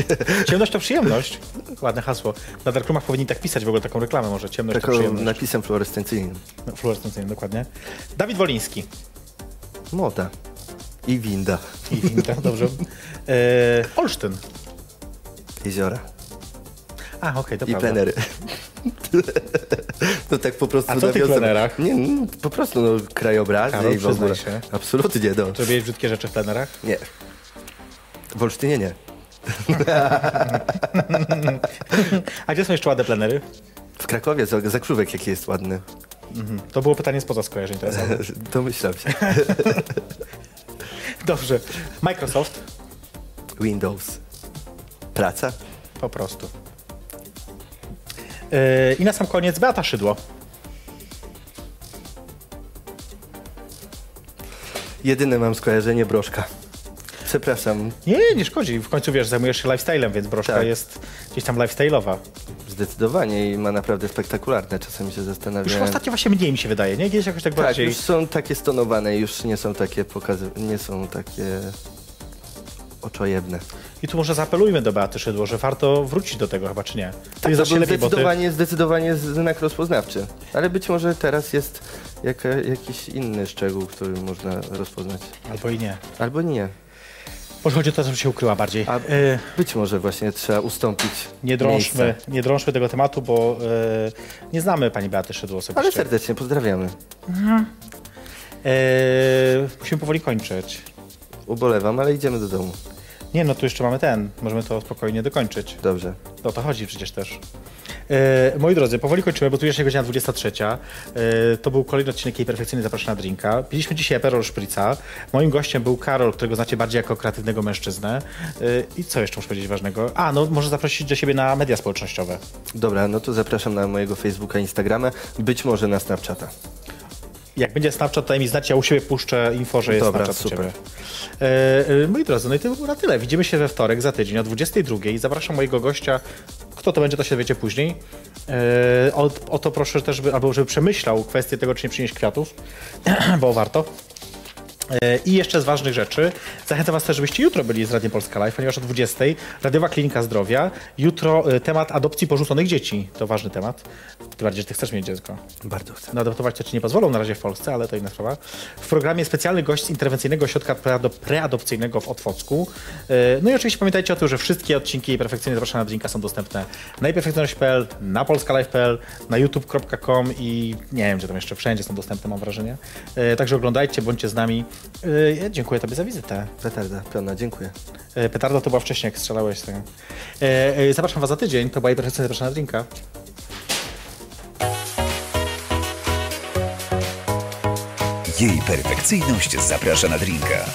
Speaker 3: Ciemność Hmm. to przyjemność. Ładne hasło. Na Darkroomach powinni tak pisać w ogóle taką reklamę może. Ciemność to
Speaker 4: Taką
Speaker 3: przyjemność.
Speaker 4: napisem fluorescencyjnym.
Speaker 3: No, Fluorescencyjny, dokładnie. Dawid Woliński.
Speaker 4: Moda. I winda.
Speaker 3: I winda, dobrze. E, Olsztyn.
Speaker 4: Jeziora.
Speaker 3: A, okej, to
Speaker 4: I
Speaker 3: prawda.
Speaker 4: plenery. No tak po prostu
Speaker 3: A co ty
Speaker 4: nawiązem-
Speaker 3: plenerach?
Speaker 4: Nie, no, po prostu no, krajobrazy
Speaker 3: Karol,
Speaker 4: i w ogóle.
Speaker 3: przyznaj się.
Speaker 4: Absolutnie, no.
Speaker 3: Czy robiłeś brzydkie rzeczy w plenerach?
Speaker 4: Nie. W Olsztynie nie.
Speaker 3: A gdzie są jeszcze ładne plenery?
Speaker 4: W Krakowie za- zakrzówek jaki jest ładny.
Speaker 3: To było pytanie spoza skojarzeń teraz.
Speaker 4: Domyślam się.
Speaker 3: Dobrze. Microsoft.
Speaker 4: Windows. Praca.
Speaker 3: Po prostu. E, I na sam koniec Beata Szydło.
Speaker 4: Jedyne mam skojarzenie broszka. Przepraszam,
Speaker 3: Nie, nie, nie szkodzi. W końcu wiesz, zajmujesz się lifestylem, więc broszka
Speaker 4: Tak.
Speaker 3: jest gdzieś tam lifestyle'owa.
Speaker 4: zdecydowanie i ma naprawdę spektakularne. Czasami się
Speaker 3: Już
Speaker 4: zastanawiałem.
Speaker 3: ostatnio właśnie mniej mi się wydaje, nie? Gdzieś jakoś tak
Speaker 4: tak,
Speaker 3: bardziej.
Speaker 4: już są takie stonowane, już nie są takie pokazy, nie są takie oczojebne.
Speaker 3: I tu może zaapelujmy do Beaty Szydło, że warto wrócić do tego chyba, czy nie? To
Speaker 4: Tak,
Speaker 3: jest
Speaker 4: to
Speaker 3: znacznie
Speaker 4: był
Speaker 3: lepiej, bo ty...
Speaker 4: zdecydowanie, zdecydowanie znak rozpoznawczy. Ale być może teraz jest jaka, jakiś inny szczegół, który można rozpoznać.
Speaker 3: Albo i nie.
Speaker 4: Albo nie.
Speaker 3: Może chodzi o to, żeby się ukryła bardziej.
Speaker 4: A
Speaker 3: E,
Speaker 4: być może właśnie trzeba ustąpić.
Speaker 3: nie, drążmy,
Speaker 4: miejsca.
Speaker 3: nie drążmy tego tematu, bo e, nie znamy pani Beaty Szydło osobiście.
Speaker 4: Ale serdecznie pozdrawiamy.
Speaker 3: E, musimy powoli kończyć.
Speaker 4: Ubolewam, ale idziemy do domu.
Speaker 3: Nie, no tu jeszcze mamy ten. Możemy to spokojnie dokończyć.
Speaker 4: Dobrze.
Speaker 3: O No to chodzi przecież też. E, moi drodzy, powoli kończymy, bo tu jeszcze godzina 23. E, to był kolejny odcinek jej perfekcyjny zapraszana drinka. Piliśmy dzisiaj Aperol Szprica. Moim gościem był Karol, którego znacie bardziej jako kreatywnego mężczyznę. E, I co jeszcze muszę powiedzieć ważnego? A, no może zaprosić do siebie na media społecznościowe.
Speaker 4: Dobra, no to zapraszam na mojego Facebooka, Instagrama, być może na Snapchata.
Speaker 3: Jak będzie Snapchat, to mi znać, ja u siebie puszczę info, że jest
Speaker 4: Dobra,
Speaker 3: Snapchat
Speaker 4: super.
Speaker 3: u ciebie. E, e, moi drodzy, no i to było na tyle. Widzimy się we wtorek za tydzień o 22.00. Zapraszam mojego gościa, Kto to będzie, to się dowiecie później. Yy, o, o to proszę też, by, albo żeby przemyślał kwestię tego, czy nie przynieść kwiatów, bo warto. E, I jeszcze z ważnych rzeczy, zachęcam Was też, żebyście jutro byli z Radiem Polska Live, ponieważ o 20 Radiowa Klinika Zdrowia. Jutro e, temat adopcji porzuconych dzieci. To ważny temat. Tym bardziej, że Ty chcesz mieć dziecko.
Speaker 4: Bardzo chcę.
Speaker 3: No, adoptować to Ci nie pozwolą na razie w Polsce, ale to inna sprawa. W programie specjalny gość z interwencyjnego ośrodka preado- preadopcyjnego w Otwocku. E, No i oczywiście pamiętajcie o tym, że wszystkie odcinki Perfekcyjnie Zapraszana Drinka są dostępne na iperfekcyjność.pl, na polskalive.pl, na youtube.com i nie wiem, gdzie tam jeszcze wszędzie są dostępne, mam wrażenie. E, Także oglądajcie, bądźcie z nami. E, ja Dziękuję Tobie za wizytę.
Speaker 4: Petarda, piona, dziękuję.
Speaker 3: E, Petarda to była wcześniej, jak strzelałeś. z tego. E, e, Zapraszam Was za tydzień. To była Perfekcyjnie Zapraszana Drinka.
Speaker 5: Jej perfekcyjność zaprasza na drinka.